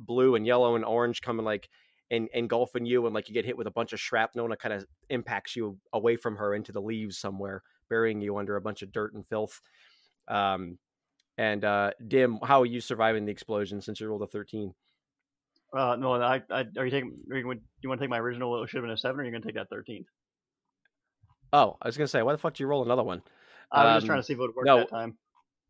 Speaker 2: blue and yellow and orange coming like and engulfing you, and like you get hit with a bunch of shrapnel and it kind of impacts you away from her into the leaves somewhere, burying you under a bunch of dirt and filth. Um, and uh, Dim, how are you surviving the explosion since you rolled a thirteen?
Speaker 1: Uh, no, I, I, are you taking? Are you, gonna- you want to take my original? It should have been a seven, or you're gonna take that thirteen?
Speaker 2: Oh, I was gonna say, why the fuck do you roll another one?
Speaker 1: I was just trying
Speaker 2: Um,
Speaker 1: to see if it would work
Speaker 2: no.
Speaker 1: that time.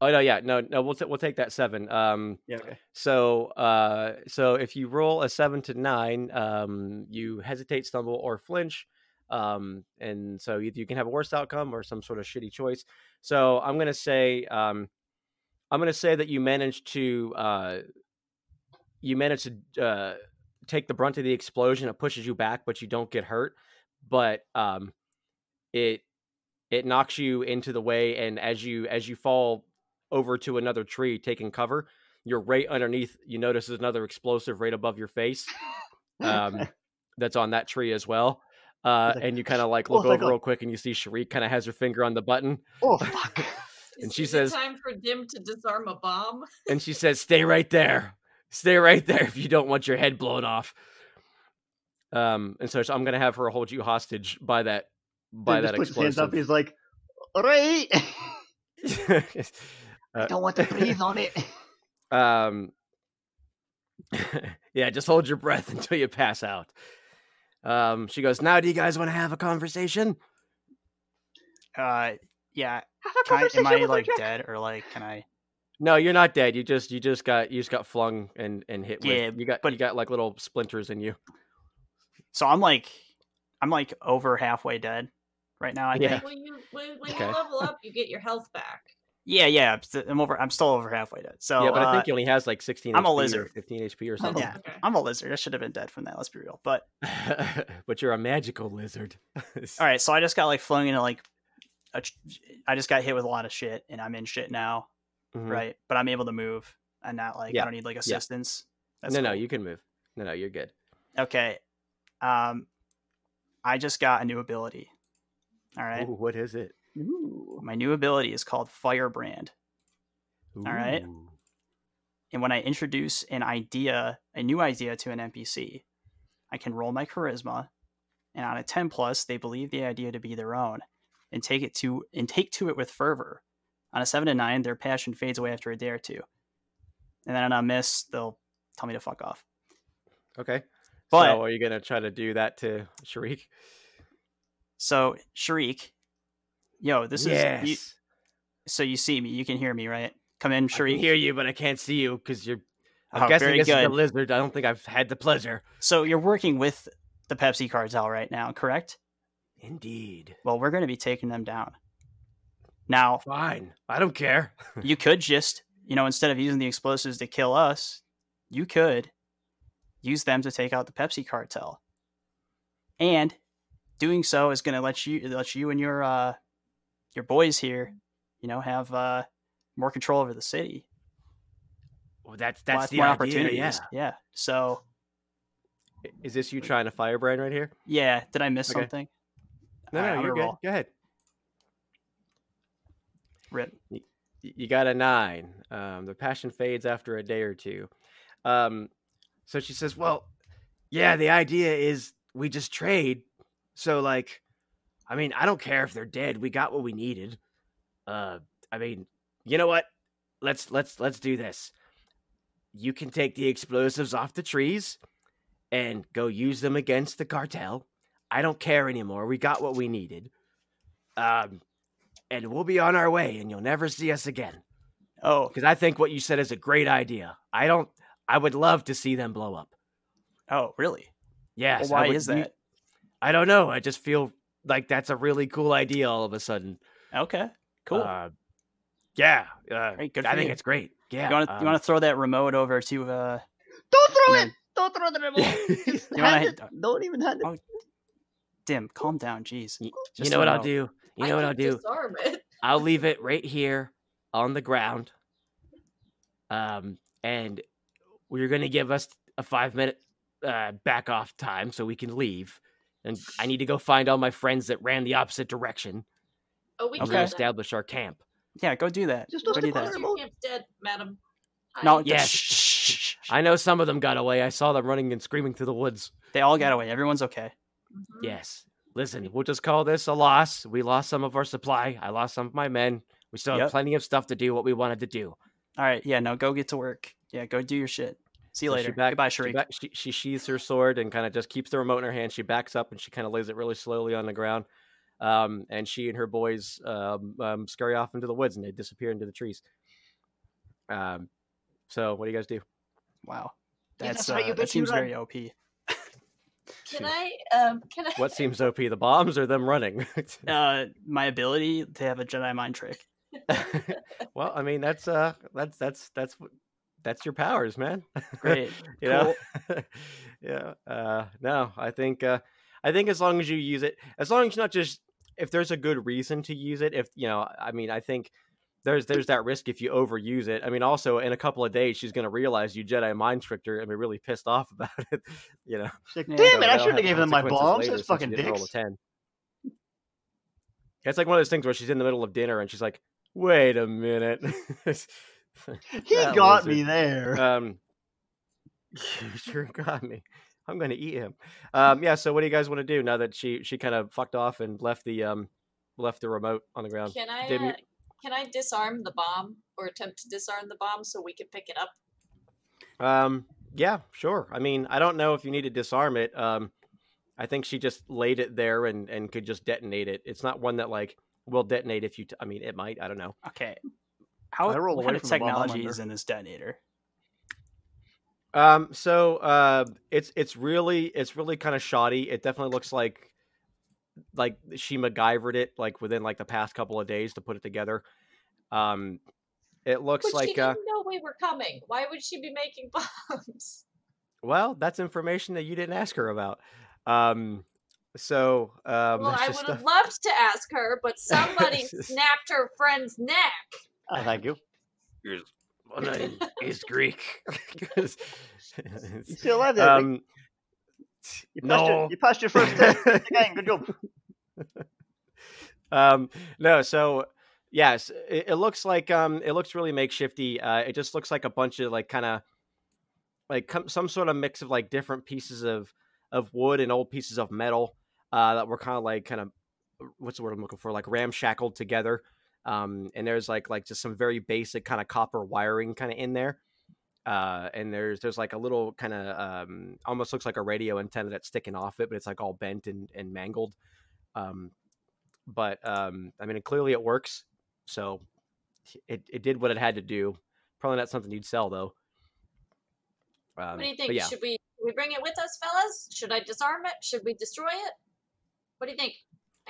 Speaker 2: Oh no, yeah, no, no, we'll t- we'll take that seven. Um,
Speaker 1: Yeah. Okay.
Speaker 2: So, uh, so if you roll a seven to nine, um, you hesitate, stumble, or flinch, um, and so either you can have a worse outcome or some sort of shitty choice. So I'm gonna say, um, I'm gonna say that you managed to, uh, you managed to uh, take the brunt of the explosion. It pushes you back, but you don't get hurt. But um, it it knocks you into the way, and as you as you fall over to another tree, taking cover, you're right underneath. You notice there's another explosive right above your face. Um, that's on that tree as well. Uh,
Speaker 1: Like,
Speaker 2: and you kind of like
Speaker 1: "Oh
Speaker 2: look
Speaker 1: my
Speaker 2: over
Speaker 1: God."
Speaker 2: real quick, and you see Shariq kind of has her finger on the button,
Speaker 1: Oh fuck!
Speaker 2: And
Speaker 4: Is
Speaker 2: she
Speaker 4: it
Speaker 2: says-
Speaker 4: "Time for Dim to disarm a bomb."
Speaker 2: and she says, "Stay right there, stay right there if you don't want your head blown off." Um, and so, so I'm gonna have her hold you hostage by that by
Speaker 1: Dude just
Speaker 2: that
Speaker 1: puts his hands up.
Speaker 2: explosive.
Speaker 1: He's like, "Alright,
Speaker 2: Uh,
Speaker 1: don't want to breathe on it."
Speaker 2: Um, yeah, just hold your breath until you pass out. Um, she goes, Now, do you guys want to have a conversation?
Speaker 3: Uh, yeah.
Speaker 1: Have a
Speaker 3: Can I, am
Speaker 1: conversation
Speaker 3: I
Speaker 1: with
Speaker 3: like
Speaker 1: Jack.
Speaker 3: dead or like can I?
Speaker 2: No, you're not dead. You just you just got you just got flung and and hit.
Speaker 3: Yeah,
Speaker 2: with. you got
Speaker 3: but-
Speaker 2: you got like little splinters in you.
Speaker 3: So I'm like, I'm like over halfway dead right now. I
Speaker 2: Yeah.
Speaker 3: think.
Speaker 4: When you when, when
Speaker 2: Okay.
Speaker 4: you level up, you get your health back.
Speaker 3: Yeah, yeah. I'm st- I'm over. I'm still over halfway dead. So
Speaker 2: yeah, but I
Speaker 3: uh,
Speaker 2: think he only has like 16.
Speaker 3: I'm a
Speaker 2: HP or
Speaker 3: lizard.
Speaker 2: 15 HP or
Speaker 4: Oh,
Speaker 2: something.
Speaker 3: Yeah.
Speaker 4: Okay.
Speaker 3: I'm a lizard. I should have been dead from that. Let's be real. But
Speaker 2: but you're a magical lizard.
Speaker 3: all right, so I just got like flung into like, a tr- I just got hit with a lot of shit, and I'm in shit now,
Speaker 2: Mhm.
Speaker 3: right? But I'm able to move. and not like
Speaker 2: Yeah,
Speaker 3: I don't need like assistance.
Speaker 2: no, no,
Speaker 3: cool.
Speaker 2: you can move. No, no, you're good.
Speaker 3: Okay. Um, I just got a new ability. All right.
Speaker 2: Ooh, what is it?
Speaker 1: Ooh.
Speaker 3: My new ability is called Firebrand. right.
Speaker 2: Ooh.
Speaker 3: And when I introduce an idea, a new idea to an NPC, I can roll my charisma, and on a 10 plus, they believe the idea to be their own and take it to and take to it with fervor. On a 7 to 9, their passion fades away after a day or two. And then on a miss, they'll tell me to fuck off.
Speaker 2: Okay.
Speaker 3: But-
Speaker 2: so are you gonna try to do that to Shariq?
Speaker 3: So, Shariq, yo, this
Speaker 2: yes.
Speaker 3: is you, so you see me, you can hear me, right? Come in,
Speaker 2: I can
Speaker 3: Shariq.
Speaker 2: hear you, but I can't see you because you're. I'm
Speaker 3: Oh,
Speaker 2: guessing
Speaker 3: very
Speaker 2: this is
Speaker 3: good.
Speaker 2: a lizard. I don't think I've had the pleasure.
Speaker 3: So you're working with the Pepsi cartel right now, correct?
Speaker 2: Indeed.
Speaker 3: Well, we're going to be taking them down. Now,
Speaker 2: Fine. I don't care.
Speaker 3: you could just, you know, instead of using the explosives to kill us, you could use them to take out the Pepsi cartel. And doing so is going to let you let you and your uh your boys here, you know, have uh more control over the city.
Speaker 2: Well, that's
Speaker 3: Lots
Speaker 2: that's the
Speaker 3: more
Speaker 2: idea.
Speaker 3: opportunities. Yeah. So,
Speaker 2: yeah. Is this you trying to firebrand right here?
Speaker 3: yeah, did I miss
Speaker 2: Okay.
Speaker 3: something?
Speaker 2: No,
Speaker 3: Alright,
Speaker 2: no,
Speaker 3: I'm
Speaker 2: you're
Speaker 3: gonna
Speaker 2: good.
Speaker 3: roll.
Speaker 2: Go ahead.
Speaker 3: Rip.
Speaker 2: Y- You got a nine. Um, the passion fades after a day or two. Um, so she says, "Well, yeah, the idea is we just trade. So like, I mean, I don't care if they're dead. We got what we needed. Uh, I mean, you know what? Let's let's let's do this. You can take the explosives off the trees and go use them against the cartel. I don't care anymore. We got what we needed. Um, and we'll be on our way, and you'll never see us again.
Speaker 3: Oh,
Speaker 2: Because I think what you said is a great idea. I don't. I would love to see them blow up.
Speaker 3: oh, really?
Speaker 2: Yes.
Speaker 3: well,
Speaker 2: I
Speaker 3: why
Speaker 2: would-
Speaker 3: is
Speaker 2: you-
Speaker 3: that?
Speaker 2: I don't know. I just feel like that's a really cool idea all of a sudden.
Speaker 3: Okay. Cool.
Speaker 2: Uh, yeah. Uh,
Speaker 3: Great, good
Speaker 2: I
Speaker 3: for
Speaker 2: think
Speaker 3: you.
Speaker 2: it's great. Yeah.
Speaker 3: you want to
Speaker 2: um,
Speaker 3: you want to throw that remote over to uh
Speaker 1: Don't throw
Speaker 3: Man.
Speaker 1: it! Don't throw the remote. Just
Speaker 3: You wanna
Speaker 1: hand
Speaker 3: hit-
Speaker 1: it. Don't even hand it.
Speaker 3: Oh, Dim, calm down, jeez.
Speaker 2: y- you
Speaker 3: just
Speaker 2: know what I'll
Speaker 3: remote.
Speaker 2: do? You
Speaker 4: I
Speaker 2: know what
Speaker 4: can
Speaker 2: I'll do?
Speaker 4: Disarm it.
Speaker 2: I'll leave it right here on the ground. Um, and we're gonna give us a five minute uh, back off time so we can leave. And I need to go find all my friends that ran the opposite direction
Speaker 4: Oh, we
Speaker 2: and
Speaker 3: Okay.
Speaker 4: can do that.
Speaker 2: reestablish our camp.
Speaker 3: Yeah, go do that.
Speaker 1: Just
Speaker 3: go
Speaker 1: don't
Speaker 3: do
Speaker 1: stick on
Speaker 3: that.
Speaker 1: her.
Speaker 4: Your camp's dead, madam.
Speaker 3: No,
Speaker 4: I-
Speaker 2: Yes.
Speaker 3: shh, shh, shh, shh.
Speaker 2: I know some of them got away. I saw them running and screaming through the woods.
Speaker 3: They all got away. Everyone's okay.
Speaker 4: Mhm.
Speaker 2: Yes. Listen, we'll just call this a loss. We lost some of our supply. I lost some of my men. We still have
Speaker 3: Yep.
Speaker 2: plenty of stuff to do what we wanted to do.
Speaker 3: All right, yeah, no, go get to work. Yeah, go do your shit. See you
Speaker 2: So she
Speaker 3: later.
Speaker 2: back-
Speaker 3: Goodbye,
Speaker 2: she,
Speaker 3: Shariq.
Speaker 2: back- she, she sheathes her sword and kind of just keeps the remote in her hand. She backs up and she kind of lays it really slowly on the ground. Um, and she and her boys um, um, scurry off into the woods and they disappear into the trees. Um, so what do you guys do?
Speaker 3: Wow.
Speaker 1: Yeah,
Speaker 3: That's,
Speaker 1: that's right,
Speaker 3: uh,
Speaker 1: you
Speaker 3: that
Speaker 1: bitch, you
Speaker 3: seems
Speaker 1: run.
Speaker 3: very OP.
Speaker 4: Can I? Um. Can I?
Speaker 2: What seems OP, the bombs or them running?
Speaker 3: Uh my ability to have a Jedi mind trick.
Speaker 2: well, I mean that's uh that's that's that's what- that's your powers, man.
Speaker 3: Great.
Speaker 2: you know yeah uh no i think uh i think as long as you use it as long as you're not just if there's a good reason to use it if you know i mean i think there's there's that risk if you overuse it i mean also in a couple of days she's going to realize you jedi mind tricked her and be really pissed off about it you know
Speaker 1: She's like,
Speaker 3: Yeah.
Speaker 2: So
Speaker 1: damn it! I
Speaker 2: that'll
Speaker 1: shouldn't have gave them my
Speaker 2: consequences
Speaker 1: bombs.
Speaker 2: later
Speaker 1: Those
Speaker 2: since
Speaker 1: fucking
Speaker 2: you didn't roll a
Speaker 1: dicks.
Speaker 2: 10. it's like one of those things where she's in the middle of dinner and she's like wait a minute
Speaker 1: He
Speaker 2: That
Speaker 1: got me
Speaker 2: lizard.
Speaker 1: there.
Speaker 2: um, you sure got me. I'm gonna eat him. Um, yeah. So what do you guys want to do now that she she kind of fucked off and left the um left the remote on the ground?
Speaker 4: Can I
Speaker 2: Um, Dim
Speaker 4: uh,
Speaker 2: your-
Speaker 4: can I disarm the bomb or attempt to disarm the bomb so we can pick it up?
Speaker 2: Um, yeah, sure. I mean, I don't know if you need to disarm it. Um, I think she just laid it there and and could just detonate it. It's not one that like will detonate if you. T- I mean, it might. I don't know.
Speaker 3: Okay. How
Speaker 1: I roll away
Speaker 3: what kind of
Speaker 1: from the bomb, I'm
Speaker 3: technology
Speaker 1: under.
Speaker 3: is in this detonator?
Speaker 2: Um, so uh, it's it's really it's really kind of shoddy. It definitely looks like like she MacGyvered it like within like the past couple of days to put it together. Um, it looks
Speaker 4: But she
Speaker 2: like
Speaker 4: didn't
Speaker 2: uh,
Speaker 4: know we were coming. Why would she be making bombs?
Speaker 2: well, that's information that you didn't ask her about. Um, so um,
Speaker 4: well,
Speaker 2: that's
Speaker 4: I
Speaker 2: just
Speaker 4: would have
Speaker 2: stuff-
Speaker 4: loved to ask her, but somebody snapped her friend's neck.
Speaker 1: Oh, thank you.
Speaker 2: is, my name "Oh, is Greek. It's-
Speaker 1: You still alive there? Vic?
Speaker 2: um,
Speaker 1: you, passed
Speaker 2: no.
Speaker 1: your, you passed your first test. Gang, good job.
Speaker 2: um no so yes it, it looks like um it looks really makeshifty uh it just looks like a bunch of like kind of like com- some sort of mix of like different pieces of of wood and old pieces of metal uh that were kind of like kind of what's the word i'm looking for like ramshackled together um and there's like like just some very basic kind of copper wiring kind of in there uh and there's there's like a little kind of um almost looks like a radio antenna that's sticking off it but it's like all bent and and mangled um but um, I mean, clearly it works. So it, it did what it had to do. Probably not something you'd sell though. Um,
Speaker 4: what do you
Speaker 2: but
Speaker 4: think?
Speaker 2: Yeah.
Speaker 4: Should we we bring it with us, fellas? Should I disarm it? Should we destroy it? What do you think?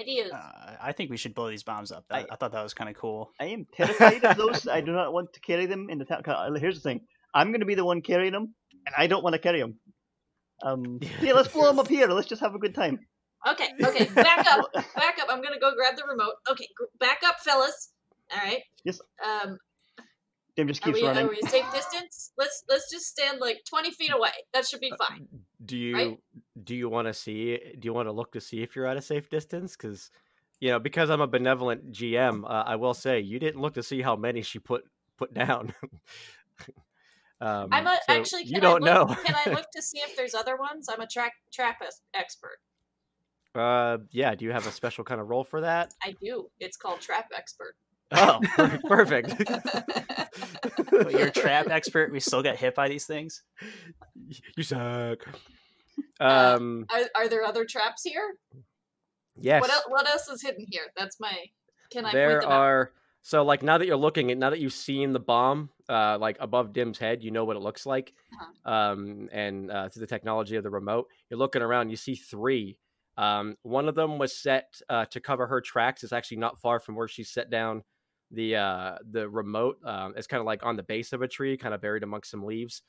Speaker 4: Ideas.
Speaker 3: Uh, I think we should blow these bombs up. I,
Speaker 1: I-
Speaker 3: I thought that was kind of cool.
Speaker 1: I am terrified of those. I do not want to carry them in the town. 'cause Here's the thing: I'm going to be the one carrying them, and I don't want to carry them. Um, yeah, let's blow them up here. Let's just have a good time.
Speaker 4: Okay, okay, back up, back up. I'm gonna go grab the remote. Okay, gr- back up, fellas. All right.
Speaker 1: Yes.
Speaker 4: Um,
Speaker 1: Jim just
Speaker 4: are
Speaker 1: keeps
Speaker 4: we
Speaker 1: running.
Speaker 4: are we safe distance? Let's let's just stand like 20 feet away. That should be
Speaker 2: Uh, mm,
Speaker 4: fine.
Speaker 2: Do you
Speaker 4: Right?
Speaker 2: do you want to see? Do you want to look to see if you're at a safe distance? Because you know, because I'm a benevolent GM, uh, I will say you didn't look to see how many she put put down. um,
Speaker 4: I'm a,
Speaker 2: so
Speaker 4: actually. Can
Speaker 2: you don't
Speaker 4: I look,
Speaker 2: know.
Speaker 4: can I look to see if there's other ones? I'm a track trap es- expert.
Speaker 2: uh, yeah. Do you have a special kind of role for that?
Speaker 4: I do. It's called trap expert.
Speaker 2: Oh, perfect.
Speaker 3: But you're a trap expert. We still get hit by these things.
Speaker 2: Y- you suck.
Speaker 4: Uh,
Speaker 2: Um,
Speaker 4: Are, are there other traps here?
Speaker 2: yes,
Speaker 4: What else? What else is hidden here? That's my. Can I point
Speaker 2: there
Speaker 4: them out?
Speaker 2: are. So, like, now that you're looking at, now that you've seen the bomb, uh, like above Dim's head, you know what it looks like.
Speaker 4: Uh-huh.
Speaker 2: Um, and uh, through the technology of the remote, you're looking around. You see three. Um, one of them was set uh, to cover her tracks. It's actually not far from where she set down the uh, the remote. Um, it's kind of like on the base of a tree, kind of buried amongst some leaves.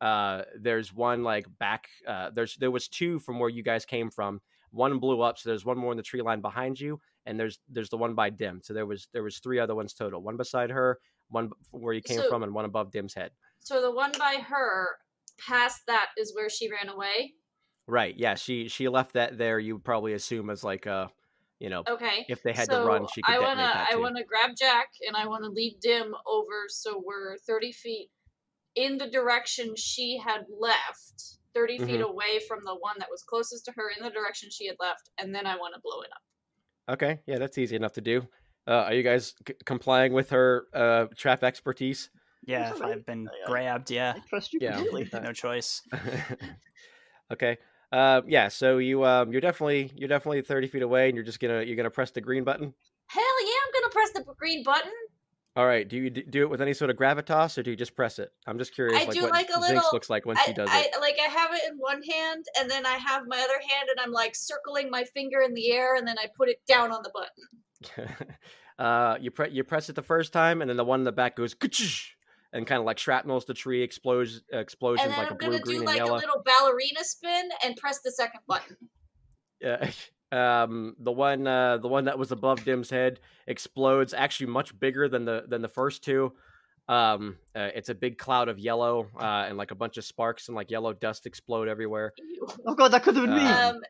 Speaker 2: Uh, there's one like back. Uh, there's there was two from where you guys came from. One blew up, so there's one more in the tree line behind you, and there's there's the one by Dim. So there was there was three other ones total. One beside her, one b- where you came
Speaker 4: So-
Speaker 2: from, and one above Dim's head.
Speaker 4: So the one by her, past that is where she ran away.
Speaker 2: Right. Yeah. She she left that there. You would probably assume as like uh, you know,
Speaker 4: Okay.
Speaker 2: if they had to run, she could
Speaker 4: I
Speaker 2: detonate
Speaker 4: wanna,
Speaker 2: that
Speaker 4: I
Speaker 2: too.
Speaker 4: want to grab Jack and I want to lead Dim over so we're 30 feet in the direction she had left, 30
Speaker 2: Mm-hmm.
Speaker 4: feet away from the one that was closest to her in the direction she had left, and then I want to blow it up.
Speaker 2: Okay. Yeah, that's easy enough to do. Uh, are you guys c- complying with her uh, trap expertise?
Speaker 3: Yeah, if
Speaker 1: somebody-
Speaker 3: I've been
Speaker 1: I- I-
Speaker 3: grabbed, yeah,
Speaker 1: I trust you
Speaker 2: Yeah.
Speaker 1: completely.
Speaker 2: Uh,
Speaker 3: no choice.
Speaker 2: okay. Uh, yeah. So you um, you're definitely you're definitely 30 feet away, and you're just gonna you're gonna press the green button.
Speaker 4: Hell yeah, I'm gonna press the green button.
Speaker 2: All right. Do you d- do it with any sort of gravitas, or do you just press it? I'm just curious.
Speaker 4: do
Speaker 2: what
Speaker 4: like a
Speaker 2: Zinx
Speaker 4: little-
Speaker 2: looks like when she
Speaker 4: I,
Speaker 2: does
Speaker 4: I
Speaker 2: it.
Speaker 4: like I have it in one hand and then I have my other hand and I'm like circling my finger in the air and then I put it down on the button.
Speaker 2: uh, you pre- you press it the first time, and then the one in the back goes, "Ka-choosh," and kind of like shrapnels to tree explosions, explosions
Speaker 4: And then
Speaker 2: like
Speaker 4: I'm
Speaker 2: a blue,
Speaker 4: gonna
Speaker 2: green,
Speaker 4: do
Speaker 2: and
Speaker 4: like a
Speaker 2: yellow.
Speaker 4: little ballerina spin and press the second button.
Speaker 2: Yeah. Um, the one, uh, the one that was above Dim's head explodes, actually much bigger than the than the first two. Um, uh, it's a big cloud of yellow, uh, and like a bunch of sparks and like yellow dust explode everywhere.
Speaker 4: Ew.
Speaker 1: Oh god, that could have been me.
Speaker 2: Uh,
Speaker 4: Um,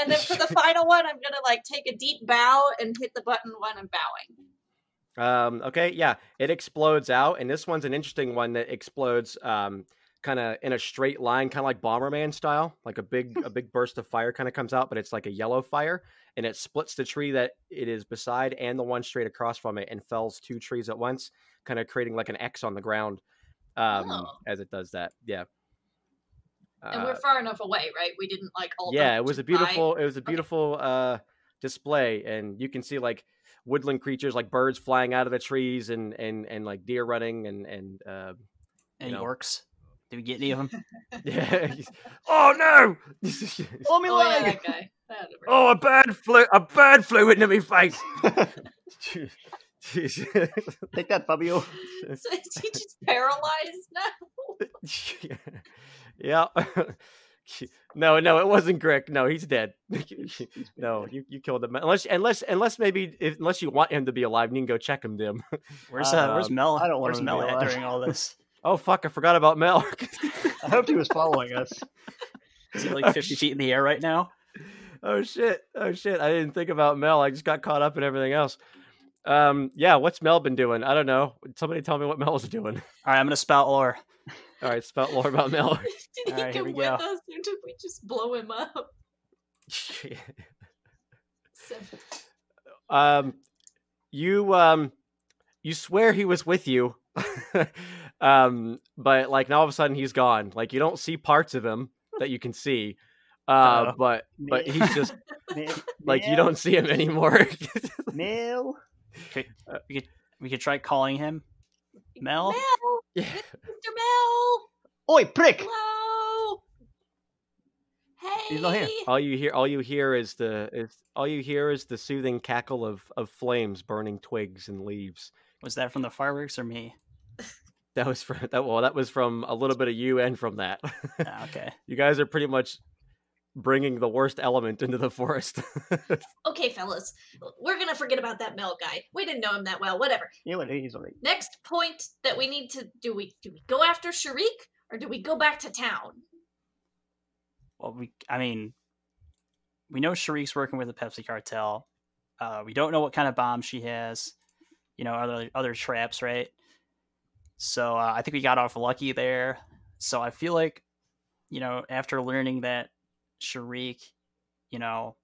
Speaker 4: and then for the final one, I'm gonna like take a deep bow and hit the button when I'm bowing.
Speaker 2: Um, okay, yeah, it explodes out, and this one's an interesting one that explodes, um, kind of in a straight line, kind of like Bomberman style, like a big a big burst of fire kind of comes out, but it's like a yellow fire, and it splits the tree that it is beside and the one straight across from it, and fells two trees at once, kind of creating like an X on the ground, um,
Speaker 4: Oh.
Speaker 2: as it does that. Yeah.
Speaker 4: And
Speaker 2: Uh,
Speaker 4: we're far enough away, right? We didn't like all.
Speaker 2: yeah
Speaker 4: dodge
Speaker 2: it was a
Speaker 4: by.
Speaker 2: beautiful it was a beautiful uh display and you can see like woodland creatures like birds flying out of the trees and and and like deer running and and uh
Speaker 3: Any
Speaker 2: know.
Speaker 3: orcs? Did we get any of them?
Speaker 2: yeah oh no
Speaker 1: oh, me
Speaker 4: Oh yeah,
Speaker 1: lying.
Speaker 4: that guy. That would work.
Speaker 2: oh a bird flew a bird flew into my face Jeez.
Speaker 1: Take that, Fabio.
Speaker 4: so is he just paralyzed now?
Speaker 2: yeah no no it wasn't greg no he's dead no you, you killed him unless unless unless maybe if, unless you want him to be alive and you can go check him dim
Speaker 3: Where's uh, Where's
Speaker 2: Um,
Speaker 3: Mel?
Speaker 1: I don't want
Speaker 3: where's
Speaker 1: him to be
Speaker 3: Mel at
Speaker 1: alive.
Speaker 3: during all this?
Speaker 2: Oh fuck! I forgot about Mel.
Speaker 1: I hoped he was following us.
Speaker 3: Is he like fifty feet in the air right now?
Speaker 2: oh shit! Oh shit! I didn't think about Mel. I just got caught up in everything else. Um, yeah. What's Mel been doing? I don't know. Somebody tell me what Mel's doing.
Speaker 3: All right, I'm gonna spout lore.
Speaker 2: All right, spout more about Mel.
Speaker 4: Did he
Speaker 3: All right, here
Speaker 4: come
Speaker 3: we
Speaker 4: with
Speaker 3: go.
Speaker 4: us, or did we just blow him up? So-
Speaker 2: um, you um, you swear he was with you, um, but like now all of a sudden he's gone. Like you don't see parts of him that you can see. Uh,
Speaker 3: Uh-oh.
Speaker 2: but but
Speaker 1: Mel-
Speaker 2: he's just
Speaker 1: Mel-
Speaker 2: like you
Speaker 1: Mel-
Speaker 2: don't see him anymore.
Speaker 1: Mel.
Speaker 3: We could try calling him. Mel?
Speaker 4: Mel,
Speaker 2: yeah.
Speaker 4: Mr. Mel,
Speaker 1: Oi, prick!
Speaker 4: hello. Hey.
Speaker 1: He's not here.
Speaker 2: all you hear all you hear is the is all you hear is the soothing cackle of of flames burning twigs and leaves
Speaker 3: Was that from the fireworks or me?
Speaker 2: that was from that well that was from a little bit of you and from that
Speaker 3: Ah, okay.
Speaker 2: you guys are pretty much bringing the worst element into the forest
Speaker 4: Okay, fellas, we're gonna forget about that Mel guy. We didn't know him that well. Whatever.
Speaker 1: You know what? He's alright.
Speaker 4: Next point that we need to do we do we go after Sharik or do we go back to town?
Speaker 3: Well, we, I mean, we know Sharik's working with the Pepsi cartel. Uh, we don't know what kind of bomb she has. You know, other other traps, right? So uh, I think we got off lucky there. So I feel like, you know, after learning that Sharik, you know,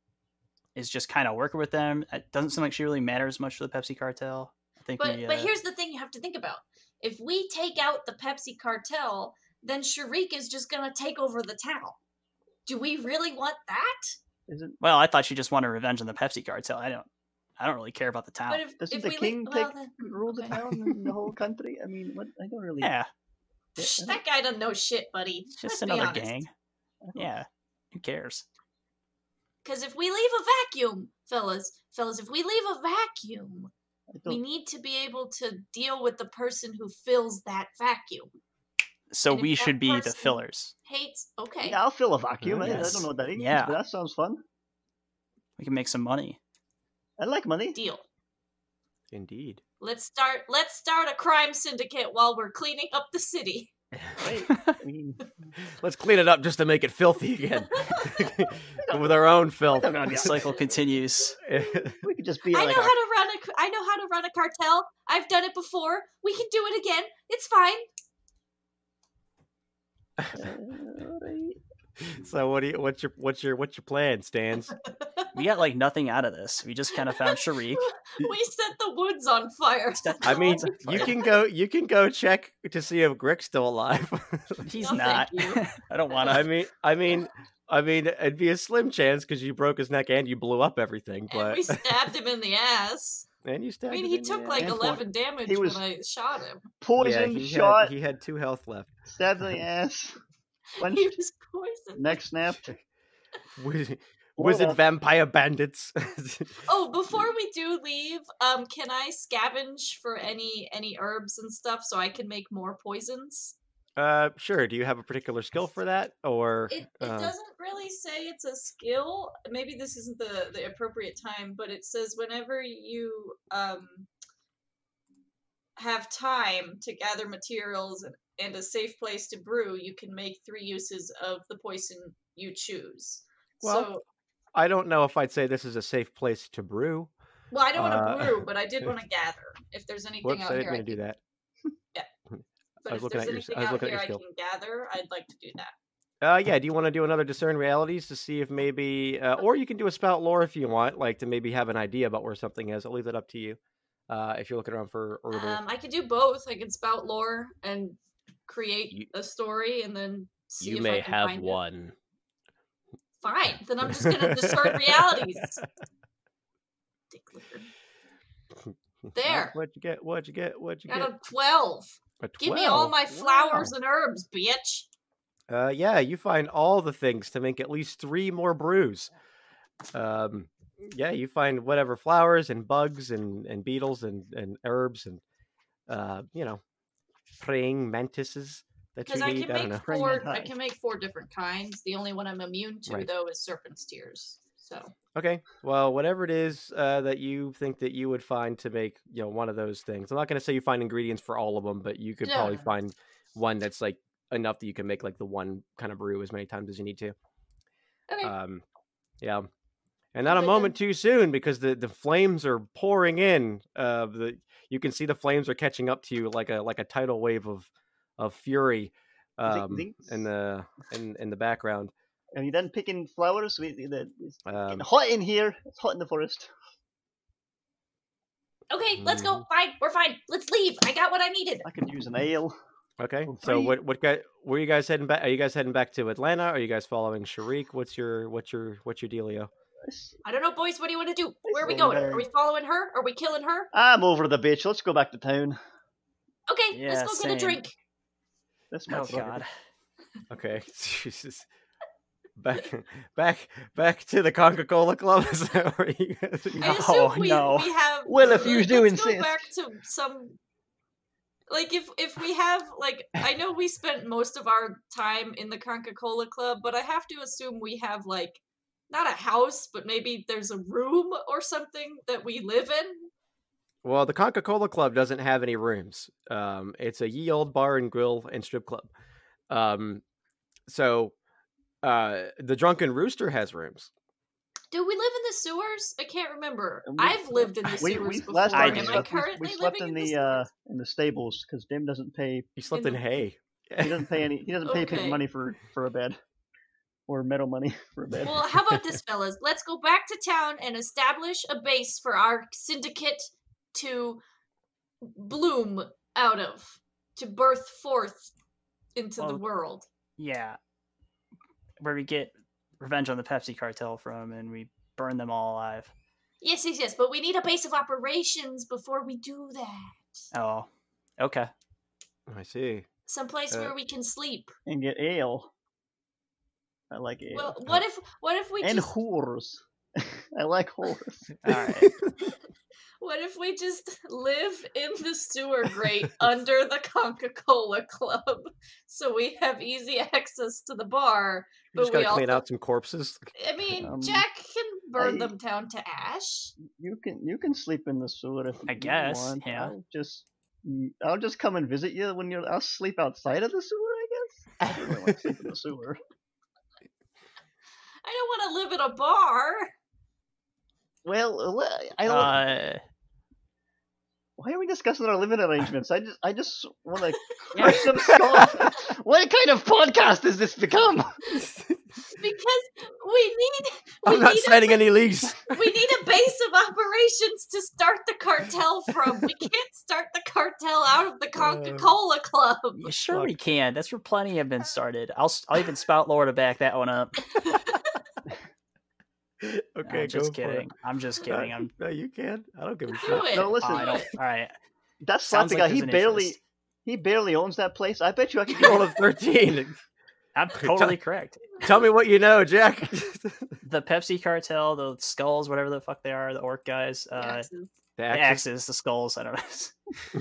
Speaker 3: is just kind of working with them, it doesn't seem like she really matters much to the Pepsi cartel. I think.
Speaker 4: But
Speaker 3: we,
Speaker 4: but
Speaker 3: uh,
Speaker 4: here's the thing you have to think about. If we take out the Pepsi cartel, then Sharik is just gonna take over the town. Do we really want that?
Speaker 1: Isn't
Speaker 3: Well, I thought she just wanted revenge on the Pepsi cartel. I don't. I don't really care about the town.
Speaker 4: But if,
Speaker 1: doesn't
Speaker 4: if
Speaker 1: the
Speaker 4: we
Speaker 1: king
Speaker 4: leave,
Speaker 1: take
Speaker 4: well, then,
Speaker 1: rule the
Speaker 4: okay.
Speaker 1: town and the whole country? I mean, what? I don't really.
Speaker 3: yeah,
Speaker 1: Yeah, uh-huh.
Speaker 4: Psh,
Speaker 1: I
Speaker 4: that guy doesn't know shit, buddy.
Speaker 3: it's just
Speaker 4: Let's be
Speaker 3: another
Speaker 4: honest.
Speaker 3: gang. Yeah, who cares?
Speaker 4: Because if we leave a vacuum, fellas, fellas, if we leave a vacuum,
Speaker 1: I
Speaker 4: we
Speaker 1: don't,
Speaker 4: need to be able to deal with the person who fills that vacuum.
Speaker 3: So
Speaker 4: And if
Speaker 3: we
Speaker 4: that
Speaker 3: should be the
Speaker 4: person-
Speaker 3: fillers.
Speaker 4: Hates. Okay.
Speaker 1: yeah, I'll fill a vacuum.
Speaker 2: Oh,
Speaker 1: I- I
Speaker 3: yes.
Speaker 1: don't know what that is,
Speaker 3: Yeah.
Speaker 1: but that sounds fun.
Speaker 3: We can make some money.
Speaker 1: I like money.
Speaker 4: Deal.
Speaker 2: indeed
Speaker 4: Let's start. Let's start a crime syndicate while we're cleaning up the city.
Speaker 1: Right. I mean,
Speaker 2: let's clean it up just to make it filthy again with our own filth
Speaker 1: don't know,
Speaker 3: The
Speaker 1: yeah.
Speaker 3: cycle continues.
Speaker 1: we could just be
Speaker 4: I
Speaker 1: like.
Speaker 4: know
Speaker 1: a-
Speaker 4: how to run a. cr- I know how to run a cartel. I've done it before. We can do it again. It's fine.
Speaker 1: uh, alright.
Speaker 2: so what do you what's your what's your what's your plan stans
Speaker 3: We got like nothing out of this. We just kind of found Sharik.
Speaker 4: We set the woods on fire.
Speaker 3: Set
Speaker 2: I
Speaker 3: the
Speaker 2: mean,
Speaker 3: woods on
Speaker 2: you
Speaker 3: fire.
Speaker 2: can go. You can go check to see if Greg's still alive.
Speaker 3: He's
Speaker 4: No,
Speaker 3: not.
Speaker 4: thank you.
Speaker 3: I don't want
Speaker 2: I
Speaker 3: to.
Speaker 2: mean, I mean, I mean, it'd be a slim chance because you broke his neck and you blew up everything.
Speaker 4: And
Speaker 2: But
Speaker 4: we stabbed him in the ass.
Speaker 2: and you
Speaker 4: I
Speaker 2: stabbed.
Speaker 4: mean,
Speaker 2: him
Speaker 4: he
Speaker 2: in the
Speaker 4: took
Speaker 2: ass.
Speaker 4: like
Speaker 1: ass.
Speaker 4: eleven damage
Speaker 1: He was-
Speaker 4: when I shot him.
Speaker 2: Yeah,
Speaker 1: Poison
Speaker 2: he
Speaker 1: shot,
Speaker 2: had he had two health left.
Speaker 1: stabbed in the ass, punch,
Speaker 4: He was poisoned.
Speaker 1: neck snapped.
Speaker 2: We Wizard
Speaker 1: on.
Speaker 2: vampire bandits.
Speaker 4: Oh, before we do leave, um, can I scavenge for any any herbs and stuff so I can make more poisons?
Speaker 2: Uh, sure. Do you have a particular skill for that, or
Speaker 4: It, it
Speaker 2: um,
Speaker 4: doesn't really say it's a skill. Maybe this isn't the the appropriate time, but it says whenever you um have time to gather materials and, and a safe place to brew, you can make three uses of the poison you choose.
Speaker 2: Well,
Speaker 4: so,
Speaker 2: I don't know if I'd say this is a safe place to brew.
Speaker 4: well, I don't want to
Speaker 2: uh,
Speaker 4: brew, but I did want to gather. If there's anything
Speaker 2: Whoops,
Speaker 4: out
Speaker 2: I didn't
Speaker 4: here,
Speaker 2: mean to do that.
Speaker 4: But
Speaker 2: I was
Speaker 4: if
Speaker 2: looking
Speaker 4: there's
Speaker 2: at your s- I
Speaker 4: anything
Speaker 2: was
Speaker 4: out
Speaker 2: looking at
Speaker 4: here
Speaker 2: your
Speaker 4: I
Speaker 2: skill.
Speaker 4: can gather, I'd like to do that.
Speaker 2: Uh, yeah. Do you want to do another discern realities to see if maybe, uh, or you can do a spout lore if you want, like to maybe have an idea about where something is. I'll leave that up to you. Uh, if you're looking around for herbal,
Speaker 4: Um, I could do both. I can spout lore and create
Speaker 2: You-
Speaker 4: a story, and then see
Speaker 2: you
Speaker 4: if
Speaker 2: may
Speaker 4: I can
Speaker 2: have
Speaker 4: find it.
Speaker 2: one.
Speaker 4: Fine, then I'm just gonna discern realities. Dick licker. There.
Speaker 2: What'd you get? What'd you get? What'd you
Speaker 4: Got
Speaker 2: get?
Speaker 4: a twelve.
Speaker 2: A
Speaker 4: Give me all
Speaker 2: 12.
Speaker 4: my flowers
Speaker 2: Wow.
Speaker 4: and herbs, bitch.
Speaker 2: Uh, yeah, you find all the things to make at least three more brews. Um, yeah, you find whatever flowers and bugs and, and beetles and, and herbs and uh, you know praying mantises that
Speaker 4: Because
Speaker 2: you
Speaker 4: I
Speaker 2: need.
Speaker 4: can
Speaker 2: I, don't
Speaker 4: make
Speaker 2: know.
Speaker 1: Bring
Speaker 4: four.
Speaker 1: it
Speaker 4: I
Speaker 1: high.
Speaker 4: can make four different kinds. The only one I'm immune to
Speaker 2: Right.
Speaker 4: though is serpent's tears. So
Speaker 2: Okay, well, whatever it is uh, that you think that you would find to make you know one of those things. I'm not going to say you find ingredients for all of them, but you could
Speaker 4: No,
Speaker 2: probably
Speaker 4: no, no.
Speaker 2: find one that's like enough that you can make like the one kind of brew as many times as you need to.
Speaker 4: okay,
Speaker 2: Um, yeah, and not a
Speaker 4: Okay,
Speaker 2: moment too soon because the, the flames are pouring in. Uh, the you can see the flames are catching up to you like a like a tidal wave of of fury.
Speaker 1: Zing,
Speaker 2: Um,
Speaker 1: zing.
Speaker 2: in the in in the background.
Speaker 1: Are you done picking flowers? We, the, it's
Speaker 2: Um,
Speaker 1: getting hot in here. It's hot in the forest.
Speaker 4: okay, let's go.
Speaker 2: mm.
Speaker 4: Fine, we're fine. Let's leave. I got what I needed.
Speaker 1: I could use an ale.
Speaker 2: okay,
Speaker 1: Well,
Speaker 2: so
Speaker 1: three-
Speaker 2: what what guy were you guys heading back? Are you guys heading back to Atlanta? Are you guys following Sharik? What's your what's your what's your dealio?
Speaker 1: It's-
Speaker 4: I don't know, boys. What do you want to do? Where are we
Speaker 1: Well,
Speaker 4: going?
Speaker 1: there-
Speaker 4: Are we following her? Are we killing her?
Speaker 1: I'm over the bitch. Let's go back to town.
Speaker 4: Okay,
Speaker 3: Yeah,
Speaker 4: let's go get
Speaker 3: same.
Speaker 4: a drink.
Speaker 1: That's my
Speaker 3: Oh
Speaker 1: prerogative.
Speaker 3: god.
Speaker 2: Okay, Jesus. Back, back, back to the Coca Cola Club. Is that where you guys are
Speaker 4: I
Speaker 2: going?
Speaker 3: No,
Speaker 4: assume we,
Speaker 3: no.
Speaker 4: we have.
Speaker 1: Well, if you
Speaker 4: let's
Speaker 1: do
Speaker 4: go
Speaker 1: insist.
Speaker 4: back to some. Like if if we have like I know we spent most of our time in the Coca Cola Club, but I have to assume we have like not a house, but maybe there's a room or something that we live in.
Speaker 2: Well, the Coca Cola Club doesn't have any rooms. Um, it's a ye old bar and grill and strip club. Um, so uh, the Drunken Rooster has rooms.
Speaker 4: Do we live in the sewers? I can't remember.
Speaker 1: Um, we-
Speaker 4: I've lived in the
Speaker 1: We,
Speaker 4: sewers
Speaker 1: we
Speaker 4: before.
Speaker 1: last night
Speaker 3: I
Speaker 4: Am
Speaker 1: we
Speaker 3: do.
Speaker 4: I
Speaker 1: slept, we,
Speaker 4: currently
Speaker 1: we slept
Speaker 4: living
Speaker 1: in
Speaker 4: in
Speaker 1: the uh, in the stables because Dim doesn't pay
Speaker 2: You slept
Speaker 4: In
Speaker 2: in
Speaker 4: the-
Speaker 2: hay.
Speaker 1: he doesn't pay any he doesn't pay people
Speaker 4: Okay.
Speaker 1: money for for a bed or metal money for a bed.
Speaker 4: Well, how about this, fellas? Let's go back to town and establish a base for our syndicate to bloom out of, to birth forth into the
Speaker 3: Well-
Speaker 4: world.
Speaker 3: Yeah. Where we get revenge on the Pepsi cartel from and we burn them all alive.
Speaker 4: Yes, yes, yes, but we need a base of operations before we do that.
Speaker 3: Oh. Okay.
Speaker 2: I see.
Speaker 4: Someplace
Speaker 2: Uh,
Speaker 4: where we can sleep.
Speaker 1: and get ale. I like ale.
Speaker 2: uh,
Speaker 4: Well, what if what if we
Speaker 1: and
Speaker 4: just
Speaker 1: whores. I like whores.
Speaker 3: All right.
Speaker 4: what if we just live in the sewer grate under the Coca-Cola club so we have easy access to the bar
Speaker 2: You just
Speaker 4: But we
Speaker 2: gotta clean
Speaker 4: also-
Speaker 2: out some corpses.
Speaker 4: I mean,
Speaker 1: Um,
Speaker 4: Jack can burn
Speaker 1: I-
Speaker 4: them down to ash.
Speaker 1: You can you can sleep in the sewer if
Speaker 3: I
Speaker 1: you
Speaker 3: guess,
Speaker 1: want.
Speaker 3: yeah.
Speaker 1: I'll just mm, I'll just come and visit you when you're. I'll sleep outside of the sewer. I guess. I don't really want to sleep in the sewer.
Speaker 4: I don't want to live in a bar.
Speaker 1: Well, le- I don't.
Speaker 3: Uh,
Speaker 1: why are we discussing our living arrangements? I just I just want to
Speaker 3: Yeah.
Speaker 1: crush some skulls. what kind of podcast has this become?
Speaker 4: Because we need we
Speaker 2: I'm not
Speaker 4: need
Speaker 2: signing any lease.
Speaker 4: a, we need a base of operations to start the cartel from. We can't start the cartel out of the Coca-Cola club.
Speaker 3: yeah, sure we can. That's where plenty have been started. I'll s- I'll even spout lore to back that one up.
Speaker 2: Okay,
Speaker 3: I'm just
Speaker 2: go for it.
Speaker 3: kidding. I'm just kidding. I'm
Speaker 2: No, you can. I don't give a shit.
Speaker 4: Do it.
Speaker 1: No, listen.
Speaker 3: I don't. All right.
Speaker 1: That's
Speaker 3: Sounds
Speaker 1: Slappy
Speaker 3: like
Speaker 1: guy. He
Speaker 3: there's an
Speaker 1: barely
Speaker 3: interest.
Speaker 1: he barely owns that place. I bet you I could
Speaker 2: You rolled
Speaker 1: get
Speaker 2: a 13.
Speaker 3: I'm totally correct.
Speaker 2: Tell me what you know, Jack.
Speaker 3: The Pepsi cartel, the skulls, whatever the fuck they are, the orc guys, uh,
Speaker 4: Axes.
Speaker 2: The
Speaker 3: the
Speaker 2: axes.
Speaker 3: axes, the skulls. I don't know.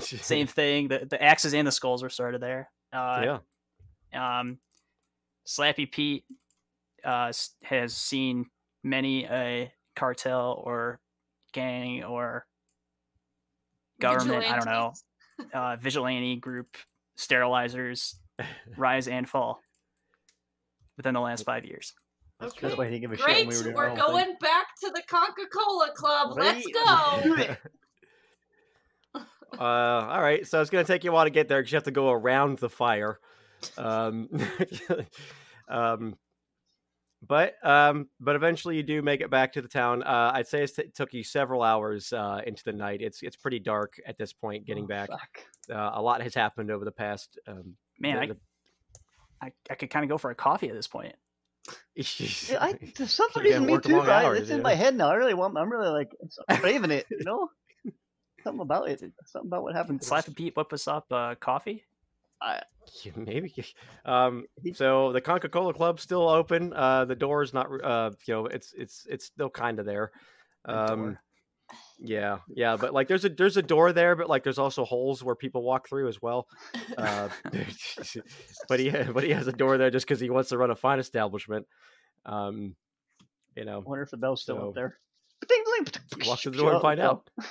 Speaker 3: Same thing. The the axes and the skulls were started there. Uh,
Speaker 2: Yeah.
Speaker 3: um, Slappy Pete uh, s- has seen many a cartel or gang or government, I don't know,
Speaker 4: Vigilantes.
Speaker 3: uh, vigilante group sterilizers rise and fall within the last five years.
Speaker 1: That's
Speaker 4: Okay.
Speaker 1: the way to give a shit. when
Speaker 4: Great,
Speaker 1: we were doing
Speaker 4: we're
Speaker 1: our whole thing.
Speaker 4: going back to the Coca Cola Club. Let's
Speaker 1: Right? Do
Speaker 4: go.
Speaker 1: it.
Speaker 2: Uh, all right. So it's going to take you a while to get there because you have to go around the fire. Um, um, but um, but eventually you do make it back to the town. Uh, I'd say it's it took you several hours uh, into the night. It's it's pretty dark at this point. Getting
Speaker 1: Oh,
Speaker 2: back,
Speaker 1: fuck.
Speaker 2: uh, a lot has happened over the past. Um,
Speaker 3: Man,
Speaker 2: the-
Speaker 3: I, I, I could kind of go for a coffee at this point.
Speaker 2: the-
Speaker 1: Yeah, I, for some
Speaker 2: Keep
Speaker 1: reason,
Speaker 2: getting
Speaker 1: me
Speaker 2: work
Speaker 1: too,
Speaker 2: long
Speaker 1: guy.
Speaker 2: hours,
Speaker 1: It's in
Speaker 2: yeah.
Speaker 1: my head now. I really want. I'm really like I'm craving it. You know, something about it. Something about what happened.
Speaker 3: Slap and Pete, whip us up uh, coffee.
Speaker 2: Yeah, Maybe. Um,
Speaker 1: He-
Speaker 2: so the Coca Cola Club's still open. Uh, the door is not. re- Uh, you know, it's it's it's still kind of there.
Speaker 3: The
Speaker 2: Um,
Speaker 3: door.
Speaker 2: yeah, yeah, but like there's a there's a door there, but like there's also holes where people walk through as well. Uh, but he but he has a door there just because he wants to run a fine establishment. Um, you know,
Speaker 1: I wonder if the bell's still
Speaker 2: So-
Speaker 1: up there.
Speaker 2: walk through the door and
Speaker 1: Shut
Speaker 2: find
Speaker 1: up.
Speaker 2: out.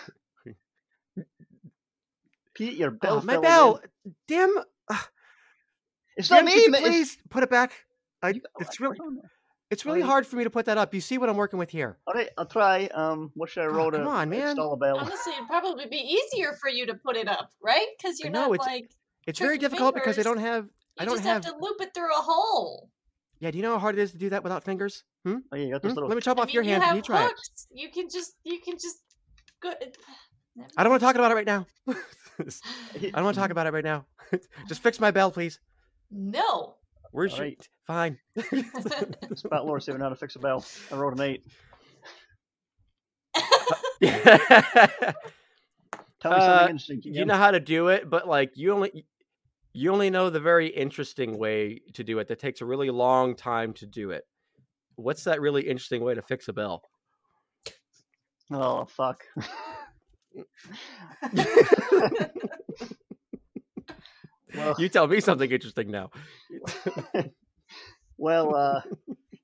Speaker 1: Pete, your
Speaker 2: Oh,
Speaker 1: bell.
Speaker 2: my
Speaker 1: fell
Speaker 2: bell,
Speaker 1: Again.
Speaker 2: dim.
Speaker 1: It's not
Speaker 2: dim,
Speaker 1: me.
Speaker 2: could you
Speaker 1: man, it's-
Speaker 2: please put it back. I,
Speaker 1: you- oh,
Speaker 2: it's
Speaker 1: I- I
Speaker 2: really
Speaker 1: don't know.
Speaker 2: it's really
Speaker 1: Alright.
Speaker 2: hard for me to put that up. You see what I'm working with here.
Speaker 1: All right, I'll try. Um, what should I
Speaker 2: God,
Speaker 1: roll to
Speaker 2: come on, man.
Speaker 1: install a bell?
Speaker 4: Honestly, it'd probably be easier for you to put it up, right? Because you're
Speaker 2: No,
Speaker 4: not
Speaker 2: it's-
Speaker 4: like you
Speaker 2: It's
Speaker 4: Click
Speaker 2: very
Speaker 4: your
Speaker 2: difficult because I
Speaker 4: fingers.
Speaker 2: don't have. I don't
Speaker 4: just
Speaker 2: have.
Speaker 4: have... to loop it through a hole.
Speaker 2: Yeah, do you know how hard it is to do that without fingers? Hmm?
Speaker 1: Oh yeah, you got
Speaker 2: Hmm?
Speaker 1: this little.
Speaker 2: Let me chop
Speaker 4: I
Speaker 2: off your
Speaker 4: mean,
Speaker 2: hand.
Speaker 4: You
Speaker 2: and
Speaker 4: have
Speaker 2: You try it.
Speaker 4: hooks. You can just you can just go. uh,
Speaker 2: I don't want to talk about it right now. I don't want to talk
Speaker 1: Mhm.
Speaker 2: about it right now. Just fix my bell, please.
Speaker 4: No.
Speaker 2: Where's your
Speaker 1: Alright.
Speaker 2: fine?
Speaker 1: It's about Laura saving how to fix a bell. I rolled an eight. Tell me
Speaker 2: Uh,
Speaker 1: something interesting.
Speaker 2: you
Speaker 1: Jim.
Speaker 2: know how to do it, but like you only you only know the very interesting way to do it. That takes a really long time to do it. What's that really interesting way to fix a bell?
Speaker 1: Oh fuck. well,
Speaker 2: Mm. You tell me something interesting now.
Speaker 1: well, uh,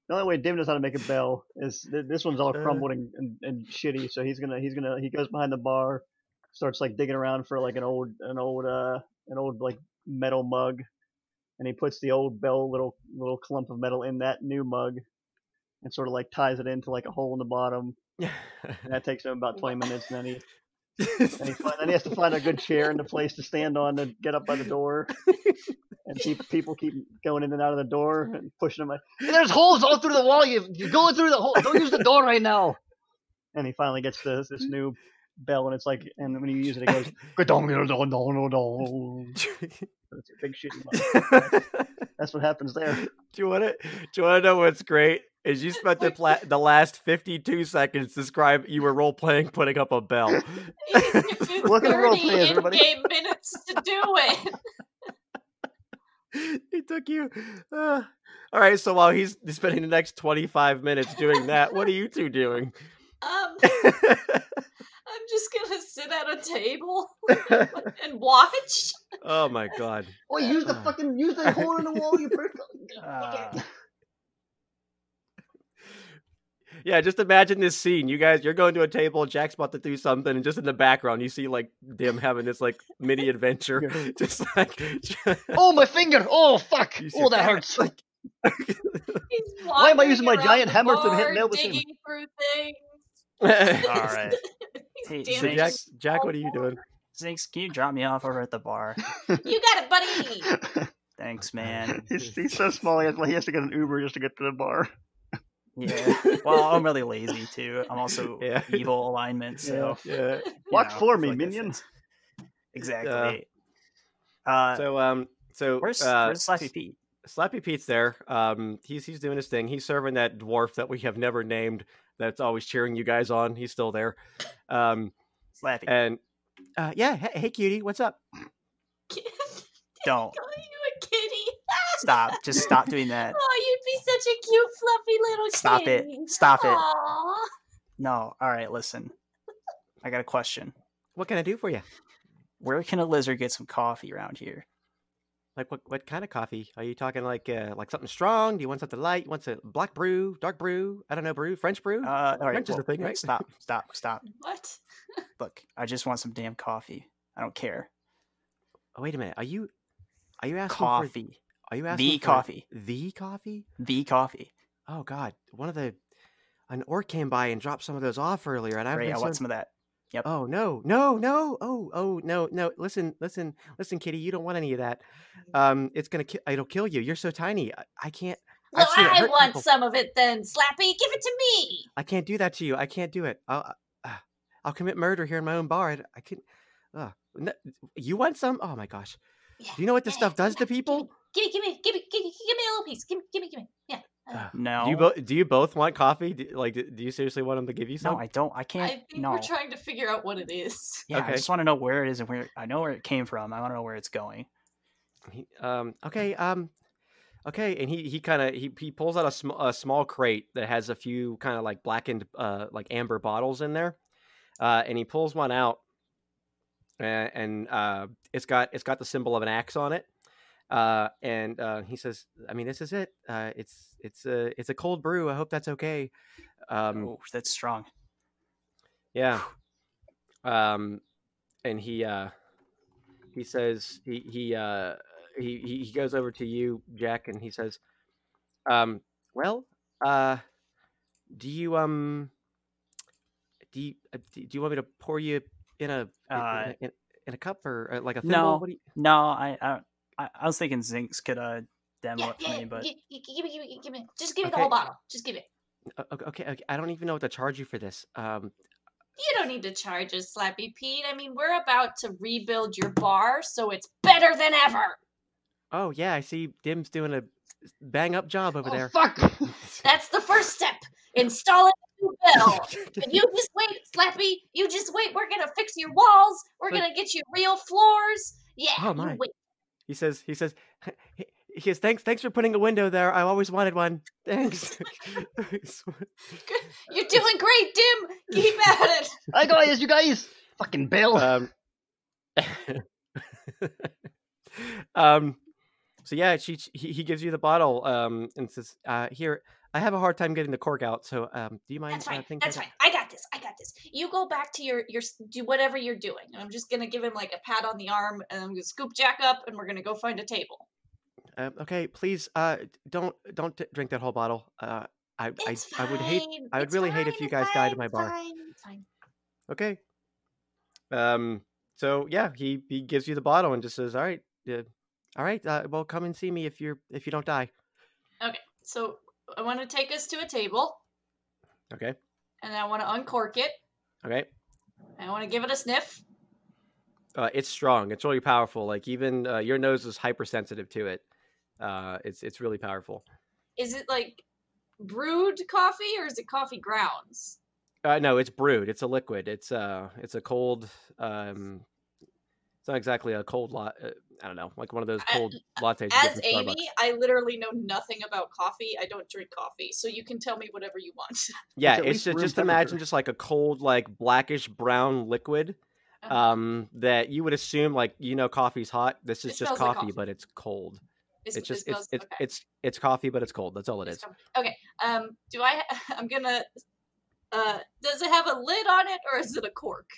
Speaker 1: the only way Dim knows how to make a bell is th- this one's all
Speaker 2: Uh.
Speaker 1: crumbled and, and, and shitty. So he's gonna he's gonna he goes behind the bar, starts like digging around for like an old an old uh an old like metal mug, and he puts the old bell little little clump of metal in that new mug, and sort of like ties it into like a hole in the bottom. And that takes him about twenty minutes, and then he And he, find, then he has to find a good chair and a place to stand on to get up by the door. And keep, people keep going in and out of the door and pushing him. Like, There's holes all through the wall. You, you're going through the hole. Don't use the door right now. And he finally gets this this new bell, and it's like, and when you use it, it goes. "Ka-dong, dong, dong, dong, dong." It's a big shitty. mug. That's what happens there.
Speaker 2: Do you want to? Do you want to know what's great? Is you spent the pla- the last fifty two seconds describe you were role playing putting up a bell.
Speaker 1: Look
Speaker 4: Look
Speaker 1: at the role players,
Speaker 4: in
Speaker 1: everybody.
Speaker 4: game minutes to do it.
Speaker 2: it took you. Uh, all right. So while he's spending the next twenty five minutes doing that, what are you two doing?
Speaker 4: Um, I'm just gonna sit at a table and watch.
Speaker 2: oh my god.
Speaker 1: Oh, use the
Speaker 2: Uh. Ah.
Speaker 1: fucking use the hole in the wall. You prick.
Speaker 3: Uh,
Speaker 2: Yeah, just imagine this scene. You guys, you're going to a table. Jack's about to do something, and just in the background, you see like Dim having this like mini adventure. Just like,
Speaker 1: Oh my finger. Oh fuck.
Speaker 2: You see
Speaker 1: Oh
Speaker 2: a
Speaker 1: that
Speaker 2: finger,
Speaker 1: hurts.
Speaker 2: like-
Speaker 4: He's
Speaker 1: Why am I
Speaker 4: wandering
Speaker 1: using my
Speaker 4: around
Speaker 1: giant
Speaker 4: the
Speaker 1: hammer to hit
Speaker 4: bar,
Speaker 1: nail the same?
Speaker 4: digging through things?
Speaker 3: all right,
Speaker 4: He's
Speaker 3: Hey, so
Speaker 2: so Jack,
Speaker 4: damaging
Speaker 3: Thanks.
Speaker 2: Jack, what are you doing?
Speaker 3: Zinks, can you drop me off over at the bar?
Speaker 4: You got it, buddy.
Speaker 3: Thanks, man.
Speaker 1: He's, he's so small. He has, he has to get an Uber just to get to the bar.
Speaker 3: Yeah. Well, I'm really lazy too. I'm also
Speaker 2: Yeah.
Speaker 3: evil alignment, so
Speaker 2: Yeah.
Speaker 3: you
Speaker 1: Walk
Speaker 3: know,
Speaker 1: for
Speaker 3: I feel
Speaker 1: me,
Speaker 3: like that's
Speaker 1: minion.
Speaker 3: it. Exactly. Uh,
Speaker 2: So um, so
Speaker 3: where's
Speaker 2: uh,
Speaker 3: where's Slappy Pete?
Speaker 2: Slappy Pete's there. Um, he's he's doing his thing. He's serving that dwarf that we have never named. That's always cheering you guys on. He's still there. Um,
Speaker 3: Slappy,
Speaker 2: and uh, yeah, hey, hey, cutie, what's up?
Speaker 4: Kid-
Speaker 3: don't.
Speaker 4: Calling you a kitty.
Speaker 3: Stop. Just stop doing that.
Speaker 4: Oh, you'd be such a cute, fluffy little
Speaker 3: Stop it.
Speaker 4: kitty.
Speaker 3: Stop it.
Speaker 4: Aw.
Speaker 3: No. All right. Listen, I got a question.
Speaker 2: What can I do for you?
Speaker 3: Where can a lizard get some coffee around here?
Speaker 2: Like what? What kind of coffee are you talking? Like uh, like something strong? Do you want something light? You want a black brew, dark brew? I don't know, brew, French brew.
Speaker 3: Uh, all right.
Speaker 2: French is a thing, right?
Speaker 3: Stop. Stop. Stop.
Speaker 4: What?
Speaker 3: Look, I just want some damn coffee. I don't care.
Speaker 2: oh, wait a minute. Are you are you asking for?
Speaker 3: Coffee.
Speaker 2: Are you asking
Speaker 3: The
Speaker 2: for
Speaker 3: coffee.
Speaker 2: The coffee?
Speaker 3: The coffee.
Speaker 2: Oh God! One of the an orc came by and dropped some of those off earlier, and I've
Speaker 3: Great.
Speaker 2: been
Speaker 3: I
Speaker 2: so
Speaker 3: want some of that.
Speaker 2: Oh no, no, no! Oh, oh no, no! Listen, listen, listen, Kitty, you don't want any of that. Um, it's gonna, ki- it'll kill you. You're so tiny. I, I can't. I've
Speaker 4: Well,
Speaker 2: seen it
Speaker 4: I
Speaker 2: hurt
Speaker 4: want
Speaker 2: people.
Speaker 4: some of it then, Slappy. Give it to me.
Speaker 2: I can't do that to you. I can't do it. I'll, uh, I'll commit murder here in my own bar. I, I couldn't. Uh, no, you want some? Oh my gosh!
Speaker 4: Yeah.
Speaker 2: Do you know what this
Speaker 4: yeah,
Speaker 2: stuff does to
Speaker 4: yeah,
Speaker 2: people?
Speaker 4: Give me, give me, give me, give me, give me a little piece. Give me, give me, give me. Yeah.
Speaker 2: Uh,
Speaker 3: No.
Speaker 2: Do you both? Do you both want coffee? Do, like, do do you seriously want them to give you some?
Speaker 3: no, I don't. I can't.
Speaker 4: I think
Speaker 3: no.
Speaker 4: we're trying to figure out what it is.
Speaker 3: yeah,
Speaker 2: Okay.
Speaker 3: I just want to know where it is and where I know where it came from. I want to know where it's going.
Speaker 2: He, um, okay, um, okay, and he he kind of he, he pulls out a, sm- a small crate that has a few kind of like blackened uh like amber bottles in there, uh, and he pulls one out, a- and, and uh, it's got it's got the symbol of an axe on it, uh, and uh, he says, I mean, this is it. Uh, it's it's a it's a cold brew. I hope that's okay. Um,
Speaker 3: oh, that's strong.
Speaker 2: yeah. Um, and he uh, he says he he uh, he he he goes over to you, Jack, and he says, um, well, uh, do you um, do you uh, d- do you want me to pour you in a in, in
Speaker 3: Uh,
Speaker 2: a- in, in a cup or uh, like a thimble?
Speaker 3: no.
Speaker 2: What do you?
Speaker 3: No, I I, don't- I, I was thinking Zinks could uh demo it
Speaker 4: Yeah,
Speaker 3: for
Speaker 4: yeah,
Speaker 3: me, but
Speaker 4: gi- gi- give me, give me, give me. Just give me the
Speaker 2: Okay.
Speaker 4: whole bottle. Just give it.
Speaker 2: o- o- Okay, okay, I don't even know what to charge you for this. Um,
Speaker 4: You don't need to charge us, Slappy Pete. I mean, we're about to rebuild your bar, so it's better than ever.
Speaker 2: oh yeah, I see Dim's doing a bang up job over
Speaker 1: Oh,
Speaker 2: there.
Speaker 1: fuck!
Speaker 4: That's the first step. Install a new bill. And you just wait, Slappy. You just wait. We're gonna fix your walls. We're
Speaker 2: But-
Speaker 4: gonna get you real floors. Yeah.
Speaker 2: Oh,
Speaker 4: you
Speaker 2: my.
Speaker 4: wait.
Speaker 2: He says, he says, he he says, thanks, thanks for putting a window there. I always wanted one. Thanks.
Speaker 4: You're doing great, Dim. Keep at it.
Speaker 1: Hi guys, you guys. Fucking Bill.
Speaker 2: um, um, so yeah, she, she- he, he gives you the bottle um, and says, uh, here, I have a hard time getting the cork out. So um, do you mind?
Speaker 4: That's fine.
Speaker 2: Uh, thinking
Speaker 4: That's
Speaker 2: about-"
Speaker 4: fine. I got this. I got this. You go back to your your s- do whatever you're doing. And I'm just gonna give him like a pat on the arm, and I'm gonna scoop Jack up, and we're gonna go find a table.
Speaker 2: Uh, okay, please uh, don't don't d- drink that whole bottle. Uh, I, I,
Speaker 4: It's
Speaker 2: I would hate.
Speaker 4: fine,
Speaker 2: I would
Speaker 4: it's
Speaker 2: really hate if
Speaker 4: fine,
Speaker 2: you
Speaker 4: it's
Speaker 2: guys died in my
Speaker 4: fine,
Speaker 2: bar.
Speaker 4: Fine. it's fine.
Speaker 2: Okay. Um. So yeah, he he gives you the bottle and just says, "All right, uh, all right. Uh, well, come and see me if you're if you don't die."
Speaker 4: So I want to take us to a table,
Speaker 2: Okay.
Speaker 4: and I want to uncork it.
Speaker 2: Okay.
Speaker 4: and I want to give it a sniff.
Speaker 2: Uh, it's strong. It's really powerful. Like even uh, your nose is hypersensitive to it. Uh, it's it's really powerful.
Speaker 4: Is it like brewed coffee or is it coffee grounds?
Speaker 2: Uh, no, it's brewed. It's a liquid. It's uh it's a cold. Um, it's not exactly a cold lot. Uh, I don't know, like one of those
Speaker 4: I-
Speaker 2: cold lattes. you get
Speaker 4: As
Speaker 2: from Starbucks.
Speaker 4: Amy, I literally know nothing about coffee. I don't drink coffee, so you can tell me whatever you want.
Speaker 2: Yeah,
Speaker 1: at
Speaker 2: it's
Speaker 1: least
Speaker 2: just,
Speaker 1: room
Speaker 2: just imagine
Speaker 1: temperature.
Speaker 2: just like a cold, like blackish brown liquid
Speaker 4: Uh-huh.
Speaker 2: um, that you would assume like you know coffee's hot. This is
Speaker 4: It
Speaker 2: just
Speaker 4: smells like
Speaker 2: coffee,
Speaker 4: coffee.
Speaker 2: but it's cold.
Speaker 4: It's-
Speaker 2: It's,
Speaker 4: it
Speaker 2: just
Speaker 4: smells-
Speaker 2: it's it's,
Speaker 4: okay.
Speaker 2: it's it's coffee, but it's cold. That's all it
Speaker 4: It's
Speaker 2: is.
Speaker 4: com- Okay. Um. Do I? I'm gonna. Uh. Does it have a lid on it or is it a cork?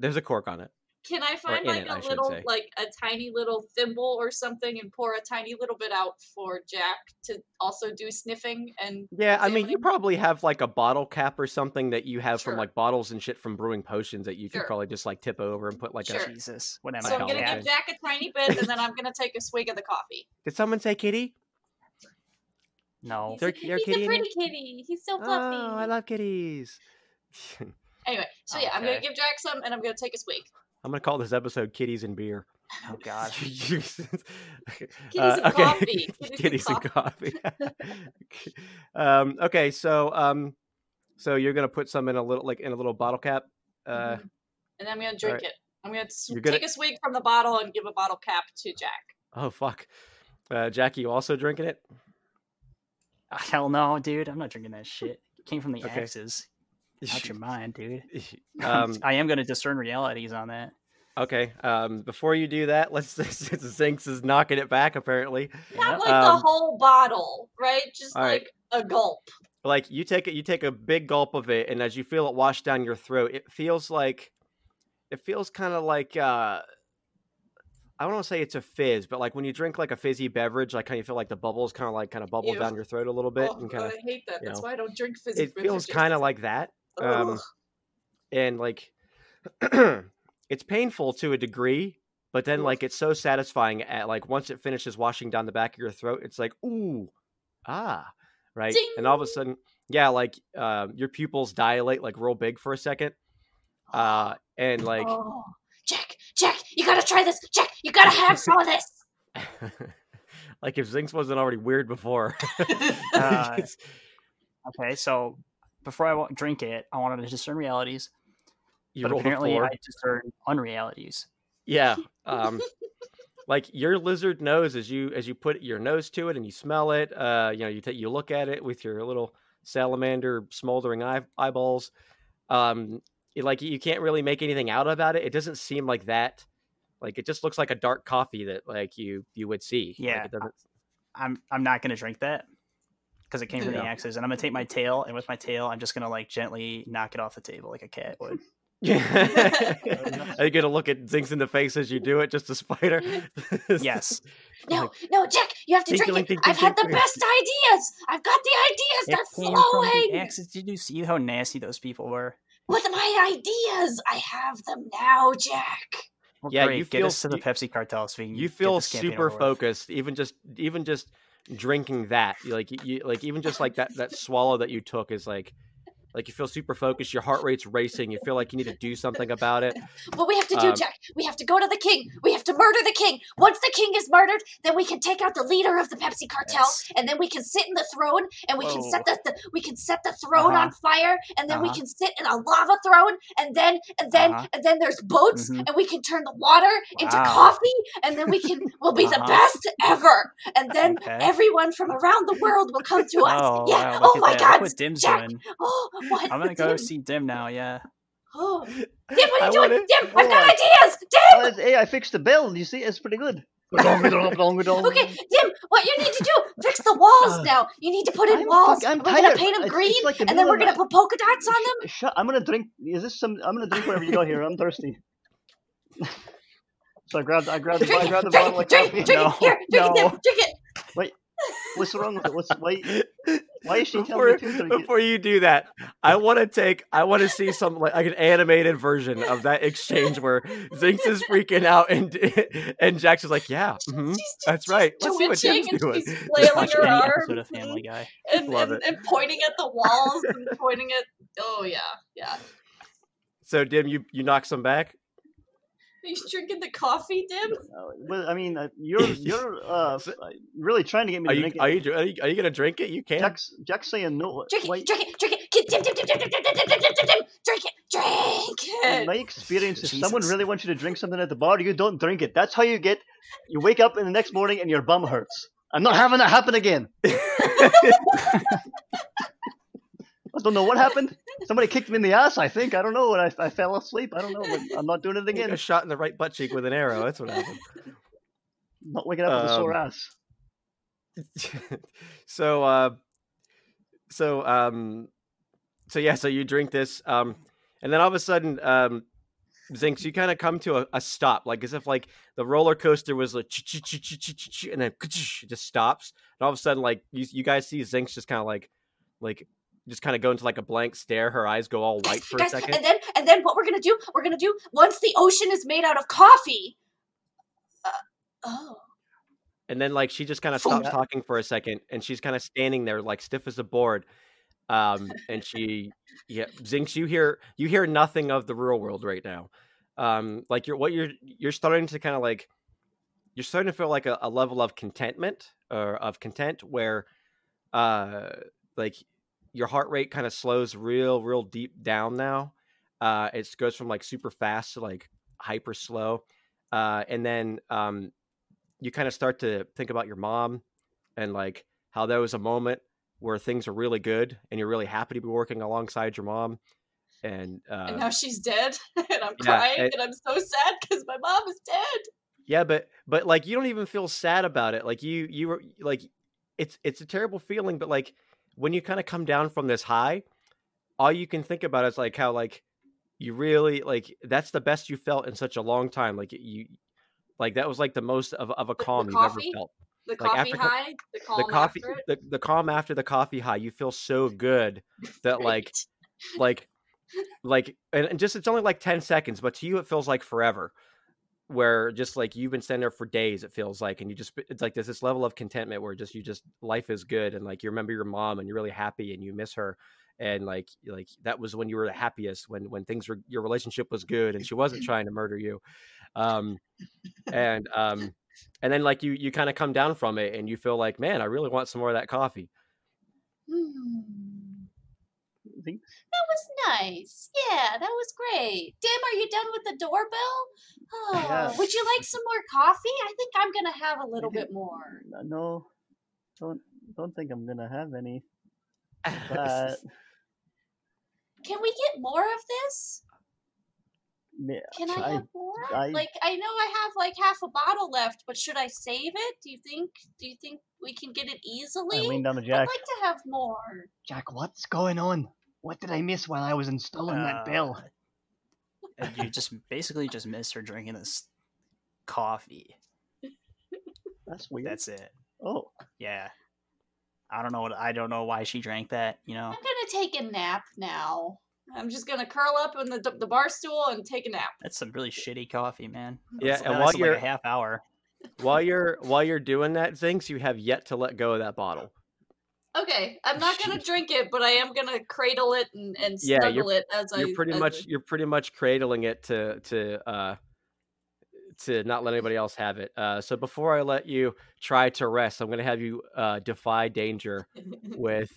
Speaker 2: There's a cork on it.
Speaker 4: Can I
Speaker 2: in
Speaker 4: find like
Speaker 2: it, I
Speaker 4: a
Speaker 2: should
Speaker 4: little,
Speaker 2: say.
Speaker 4: like a tiny little thimble or something, and pour a tiny little bit out for Jack to also do sniffing and
Speaker 2: Yeah, I mean, you
Speaker 4: Examining.
Speaker 2: probably have like a bottle cap or something that you have
Speaker 4: Sure.
Speaker 2: from like bottles and shit from brewing potions that you could
Speaker 4: Sure.
Speaker 2: probably just like tip over and put like
Speaker 4: Sure.
Speaker 2: a.
Speaker 3: Jesus, what am
Speaker 2: My
Speaker 4: so
Speaker 3: I?
Speaker 4: I'm
Speaker 2: God.
Speaker 4: gonna
Speaker 3: bad?
Speaker 2: Yeah.
Speaker 4: give Jack a tiny bit, and then I'm gonna take a swig of the coffee.
Speaker 2: Did someone say kitty?
Speaker 3: No.
Speaker 4: He's,
Speaker 2: There-
Speaker 4: a-
Speaker 2: there a
Speaker 4: he's
Speaker 2: kitty in
Speaker 4: a
Speaker 2: it?
Speaker 4: pretty kitty. He's so fluffy.
Speaker 2: Oh, I love kitties. I'm
Speaker 4: anyway, so yeah, I'm gonna
Speaker 3: Okay.
Speaker 4: give Jack some, and I'm gonna take a swig.
Speaker 2: gonna call this episode "Kitties and Beer."
Speaker 3: Oh God.
Speaker 2: Kitties Uh,
Speaker 4: Kitties and coffee.
Speaker 2: Kitties and coffee. um, okay, so um, so you're gonna put some in a little like in a little bottle cap. Uh,
Speaker 4: Mhm. and I'm gonna drink it. I'm gonna, s-
Speaker 2: You're gonna-
Speaker 4: take a swig from the bottle and give a bottle cap to Jack.
Speaker 2: Oh fuck. Uh, Jackie, you also drinking it?
Speaker 3: Ah, Hell no, dude. I'm not drinking that shit. It came from the
Speaker 2: Okay.
Speaker 3: axes. Out your mind, dude.
Speaker 2: um,
Speaker 3: I am going to discern realities on that.
Speaker 2: okay. Um, before you do that, let's. since Zinx is knocking it back. Apparently,
Speaker 4: Not
Speaker 3: Yep.
Speaker 4: like
Speaker 2: Um,
Speaker 4: the whole bottle, right? Just
Speaker 2: all right.
Speaker 4: like a gulp.
Speaker 2: like you take it you take a big gulp of it and as you feel it wash down your throat it feels like it feels kind of like uh i don't want to say it's a fizz but like when you drink like a fizzy beverage like how you feel like the bubbles kind of like kind of bubble
Speaker 4: Ew.
Speaker 2: down your throat a little bit
Speaker 4: oh,
Speaker 2: and kind of
Speaker 4: I hate that.
Speaker 2: you
Speaker 4: That's
Speaker 2: know,
Speaker 4: why I don't drink fizzy
Speaker 2: it feels
Speaker 4: beverages.
Speaker 2: kind of like that um,
Speaker 4: Ugh.
Speaker 2: and like it's painful to a degree but then
Speaker 4: Oof.
Speaker 2: like it's so satisfying at like once it finishes washing down the back of your throat it's like ooh ah right and all of a sudden yeah like um, your pupils dilate like real big for a second uh and like
Speaker 4: oh. Jack, Jack, you gotta try this. Jack, you gotta have some of this.
Speaker 2: like if zinx wasn't already weird before
Speaker 3: Uh, okay, so before I wa- drink it, I wanted to discern realities,
Speaker 2: you
Speaker 3: but
Speaker 2: roll the
Speaker 3: apparently
Speaker 2: floor.
Speaker 3: I discern unrealities.
Speaker 2: Yeah. Um like your lizard nose as you as you put your nose to it and you smell it, uh you know, you take you look at it with your little salamander smoldering eye, eyeballs. Um it- like you can't really make anything out about it. It doesn't seem like that. Like it just looks like a dark coffee that like you you would see.
Speaker 3: Yeah.
Speaker 2: Like, it doesn't,
Speaker 3: I'm I'm not gonna drink that because it came from the
Speaker 2: Yeah.
Speaker 3: axes, and I'm gonna take my tail, and with my tail, I'm just gonna like gently knock it off the table like a cat would.
Speaker 2: yeah. Are you gonna look at Zinx in the face as you do it, just a spider?
Speaker 3: yes,
Speaker 4: No, no, Jack, you have to
Speaker 2: Tinkling,
Speaker 4: drink it.
Speaker 2: tinkling,
Speaker 4: I've had the
Speaker 2: tinkling.
Speaker 4: best ideas. I've got the ideas. They're flowing.
Speaker 3: axes. Did you see how nasty those people were?
Speaker 4: With my ideas, I have them now, Jack.
Speaker 3: Well,
Speaker 2: Yeah,
Speaker 3: great.
Speaker 2: you
Speaker 3: get
Speaker 2: feel-
Speaker 3: us to the
Speaker 2: you-
Speaker 3: Pepsi cartel so we can
Speaker 2: you
Speaker 3: get
Speaker 2: feel
Speaker 3: this campaign
Speaker 2: super
Speaker 3: over with.
Speaker 2: focused even just even just drinking that you like you like even just like that that swallow that you took is like like you feel super focused your heart rate's racing you feel like you need to do something about it
Speaker 4: What we have to do,
Speaker 2: Um,
Speaker 4: Jack, we have to go to the king. We have to murder the king. Once the king is murdered, then we can take out the leader of the Pepsi cartel,
Speaker 3: Yes.
Speaker 4: and then we can sit in the throne, and we can set the,
Speaker 3: Whoa.
Speaker 4: the we can set the throne on fire, and then we
Speaker 3: Uh-huh.
Speaker 4: can sit in a lava throne, and then and then
Speaker 3: Uh-huh.
Speaker 4: and then there's boats,
Speaker 3: Mhm.
Speaker 4: and we can turn the water into
Speaker 3: Wow.
Speaker 4: coffee, and then we can we'll be the
Speaker 3: Uh-huh.
Speaker 4: best ever, and then
Speaker 3: Okay.
Speaker 4: everyone from around the world will come to us.
Speaker 3: Oh,
Speaker 4: yeah.
Speaker 3: wow,
Speaker 4: oh
Speaker 3: look at
Speaker 4: my
Speaker 3: that.
Speaker 4: God.
Speaker 3: Look what Dim's
Speaker 4: Jack.
Speaker 3: doing.
Speaker 4: Oh, what?
Speaker 3: I'm gonna
Speaker 4: Dim.
Speaker 3: go see Dim now. Yeah.
Speaker 4: Oh. Dim, what
Speaker 2: I
Speaker 4: are you doing?
Speaker 2: wanna-
Speaker 4: Dim,
Speaker 1: hold
Speaker 4: I've got
Speaker 1: on.
Speaker 4: ideas. Dim.
Speaker 1: Oh, it's- hey, I fixed the bell. You see, it's pretty good. Gudong-gudong-gudong-gudong.
Speaker 4: Okay, Dim, what you need to do, fix the walls now. You need to put in
Speaker 1: I'm
Speaker 4: walls.
Speaker 1: fuck- I'm
Speaker 4: we're gonna
Speaker 1: tired.
Speaker 4: paint them
Speaker 1: It's-
Speaker 4: green,
Speaker 1: it's like the
Speaker 4: and then
Speaker 1: middle
Speaker 4: we're
Speaker 1: of the
Speaker 4: gonna put polka dots on them.
Speaker 1: Sh- Shut, I'm gonna drink. Is this some? I'm gonna drink whatever you got here. I'm thirsty. so I grabbed. I grabbed.
Speaker 4: Drink
Speaker 1: I grabbed the
Speaker 4: it,
Speaker 1: bottle
Speaker 4: drink
Speaker 1: of
Speaker 4: it, drink
Speaker 1: coffee.
Speaker 4: it, drink
Speaker 3: No,
Speaker 4: it. Here, drink
Speaker 3: no.
Speaker 4: it, Dim, drink it.
Speaker 1: What's wrong with it? What's why? Why is she telling me
Speaker 2: before,
Speaker 1: to drink it?
Speaker 2: before you do that i want to take i want to see some like, like an animated version of that exchange where zinx is freaking out and and jack's is like yeah mhm,
Speaker 4: She's just
Speaker 2: that's right let's see what
Speaker 4: twitching
Speaker 2: Jim's
Speaker 4: and
Speaker 2: doing
Speaker 4: she's
Speaker 3: Just
Speaker 4: flailing
Speaker 3: watch
Speaker 4: her
Speaker 3: any
Speaker 4: arms
Speaker 3: episode of
Speaker 4: and-
Speaker 3: Family Guy.
Speaker 4: and,
Speaker 2: Love
Speaker 4: and,
Speaker 2: it.
Speaker 4: and pointing at the walls and pointing at. Oh yeah, yeah.
Speaker 2: so dim you you knock some back
Speaker 4: Are you drinking the coffee, Dim?
Speaker 1: Uh, well, I mean, uh, you're you're uh,
Speaker 2: So-
Speaker 1: really trying to get me
Speaker 2: Are
Speaker 1: to
Speaker 2: you,
Speaker 1: drink
Speaker 2: are
Speaker 1: it.
Speaker 2: you dr- are you are you gonna drink it? You can.
Speaker 1: Jack's Jack's saying no.
Speaker 4: Drink
Speaker 1: Why?
Speaker 4: it, drink it, drink it. Kid, Dim, Dim, Dim, Dim, Dim, Dim, Dim, Dim, Dim, Dim, Dim. Drink it, drink
Speaker 1: My
Speaker 4: it.
Speaker 1: experience is someone
Speaker 3: Jesus.
Speaker 1: really wants you to drink something at the bar, you don't drink it. That's how you get. You wake up in the next morning and your bum hurts. I'm not having that happen again. I don't know what happened. Somebody kicked me in the ass. I think I don't know. And I, I fell asleep. I don't know. But I'm not doing it
Speaker 2: Again,
Speaker 1: again.
Speaker 2: a shot in the right butt cheek with an arrow. That's what happened.
Speaker 1: Not waking up with a
Speaker 2: Um,
Speaker 1: sore ass.
Speaker 2: so, uh, so, um, so yeah. So you drink this, um, and then all of a sudden, um, Zinx, you kind of come to a, a stop, like as if like the roller coaster was like, ch-ch-ch-ch-ch-ch-ch, and then it just stops, and all of a sudden, like you, you guys see Zinx just kind of like, like just kind of go into like a blank stare. Her eyes go all white for a
Speaker 4: Guys,
Speaker 2: second.
Speaker 4: and then and then what we're gonna do? We're gonna do once the ocean is made out of coffee. Uh, oh.
Speaker 2: And then like she just kind of
Speaker 1: Fool.
Speaker 2: stops talking for a second and she's kind of standing there like stiff as a board. Um and she yeah, Zinx, you hear you hear nothing of the real world right now. Um like you're what you're you're starting to kind of like you're starting to feel like a, a level of contentment or of content where uh like your heart rate kind of slows real, real deep down now. Uh it goes from like super fast to like hyper slow. Uh and then um you kind of start to think about your mom and like how there was a moment where things are really good and you're really happy to be working alongside your mom and uh
Speaker 4: and now she's dead, and I'm crying,
Speaker 2: it-
Speaker 4: and I'm so sad because my mom is dead.
Speaker 2: yeah but but like you don't even feel sad about it like you you were like it's it's a terrible feeling but like when you kind of come down from this high all you can think about is like how like you really like that's the best you felt in such a long time like you like that was like the most of, of a
Speaker 4: the
Speaker 2: calm you've ever
Speaker 4: coffee?
Speaker 2: felt
Speaker 4: The
Speaker 2: Like,
Speaker 4: coffee
Speaker 2: after co-
Speaker 4: high, the calm
Speaker 2: the coffee
Speaker 4: after it.
Speaker 2: the, the calm after the coffee high you feel so good that like
Speaker 4: Right.
Speaker 2: like like and, and just it's only like 10 seconds but to you it feels like forever where just like you've been standing there for days it feels like and you just it's like there's this level of contentment where just you just life is good and like you remember your mom and you're really happy and you miss her and like like that was when you were the happiest when when things were your relationship was good and she wasn't trying to murder you um and um and then like you you kind of come down from it and you feel like man i really want some more of that coffee
Speaker 4: Hmm.
Speaker 1: I think-
Speaker 4: That was nice. Yeah, that was great. Dim, are you done with the doorbell? Oh,
Speaker 1: Yeah.
Speaker 4: would you like some more coffee? I think I'm gonna have a little bit more.
Speaker 1: No, don't don't think I'm gonna have any. But
Speaker 4: Can we get more of this?
Speaker 1: ma-
Speaker 4: Can I
Speaker 1: I-
Speaker 4: have more?
Speaker 1: I-
Speaker 4: like I know I have like half a bottle left, but should I save it? Do you think? Do you think we can get it
Speaker 1: I
Speaker 4: easily?
Speaker 1: lean down to
Speaker 4: I'd
Speaker 1: Jack.
Speaker 4: like to have more.
Speaker 1: Jack, what's going on? What did I miss while I was installing
Speaker 4: Uh,
Speaker 1: that bell?
Speaker 3: Uh, you just basically just missed her drinking this coffee.
Speaker 1: That's weird.
Speaker 3: That's it.
Speaker 1: oh,
Speaker 3: Yeah. I don't know what I don't know why she drank that, you
Speaker 4: I'm
Speaker 3: know.
Speaker 4: gonna take a nap now. I'm just gonna curl up in the d- the bar stool and take a nap.
Speaker 3: That's some really shitty coffee, man.
Speaker 2: Yeah,
Speaker 3: That's-
Speaker 2: and
Speaker 3: that
Speaker 2: while
Speaker 3: lasted
Speaker 2: you're-
Speaker 3: like a half hour.
Speaker 2: while you're while you're doing that zinx you have yet to let go of that bottle
Speaker 4: Okay, I'm not gonna drink it, but I am gonna cradle it and, and
Speaker 2: Yeah,
Speaker 4: snuggle
Speaker 2: you're-
Speaker 4: it as I.
Speaker 2: you're pretty
Speaker 4: as I-
Speaker 2: much you're pretty much cradling it to to uh to not let anybody else have it uh so before i let you try to rest i'm gonna have you uh defy danger with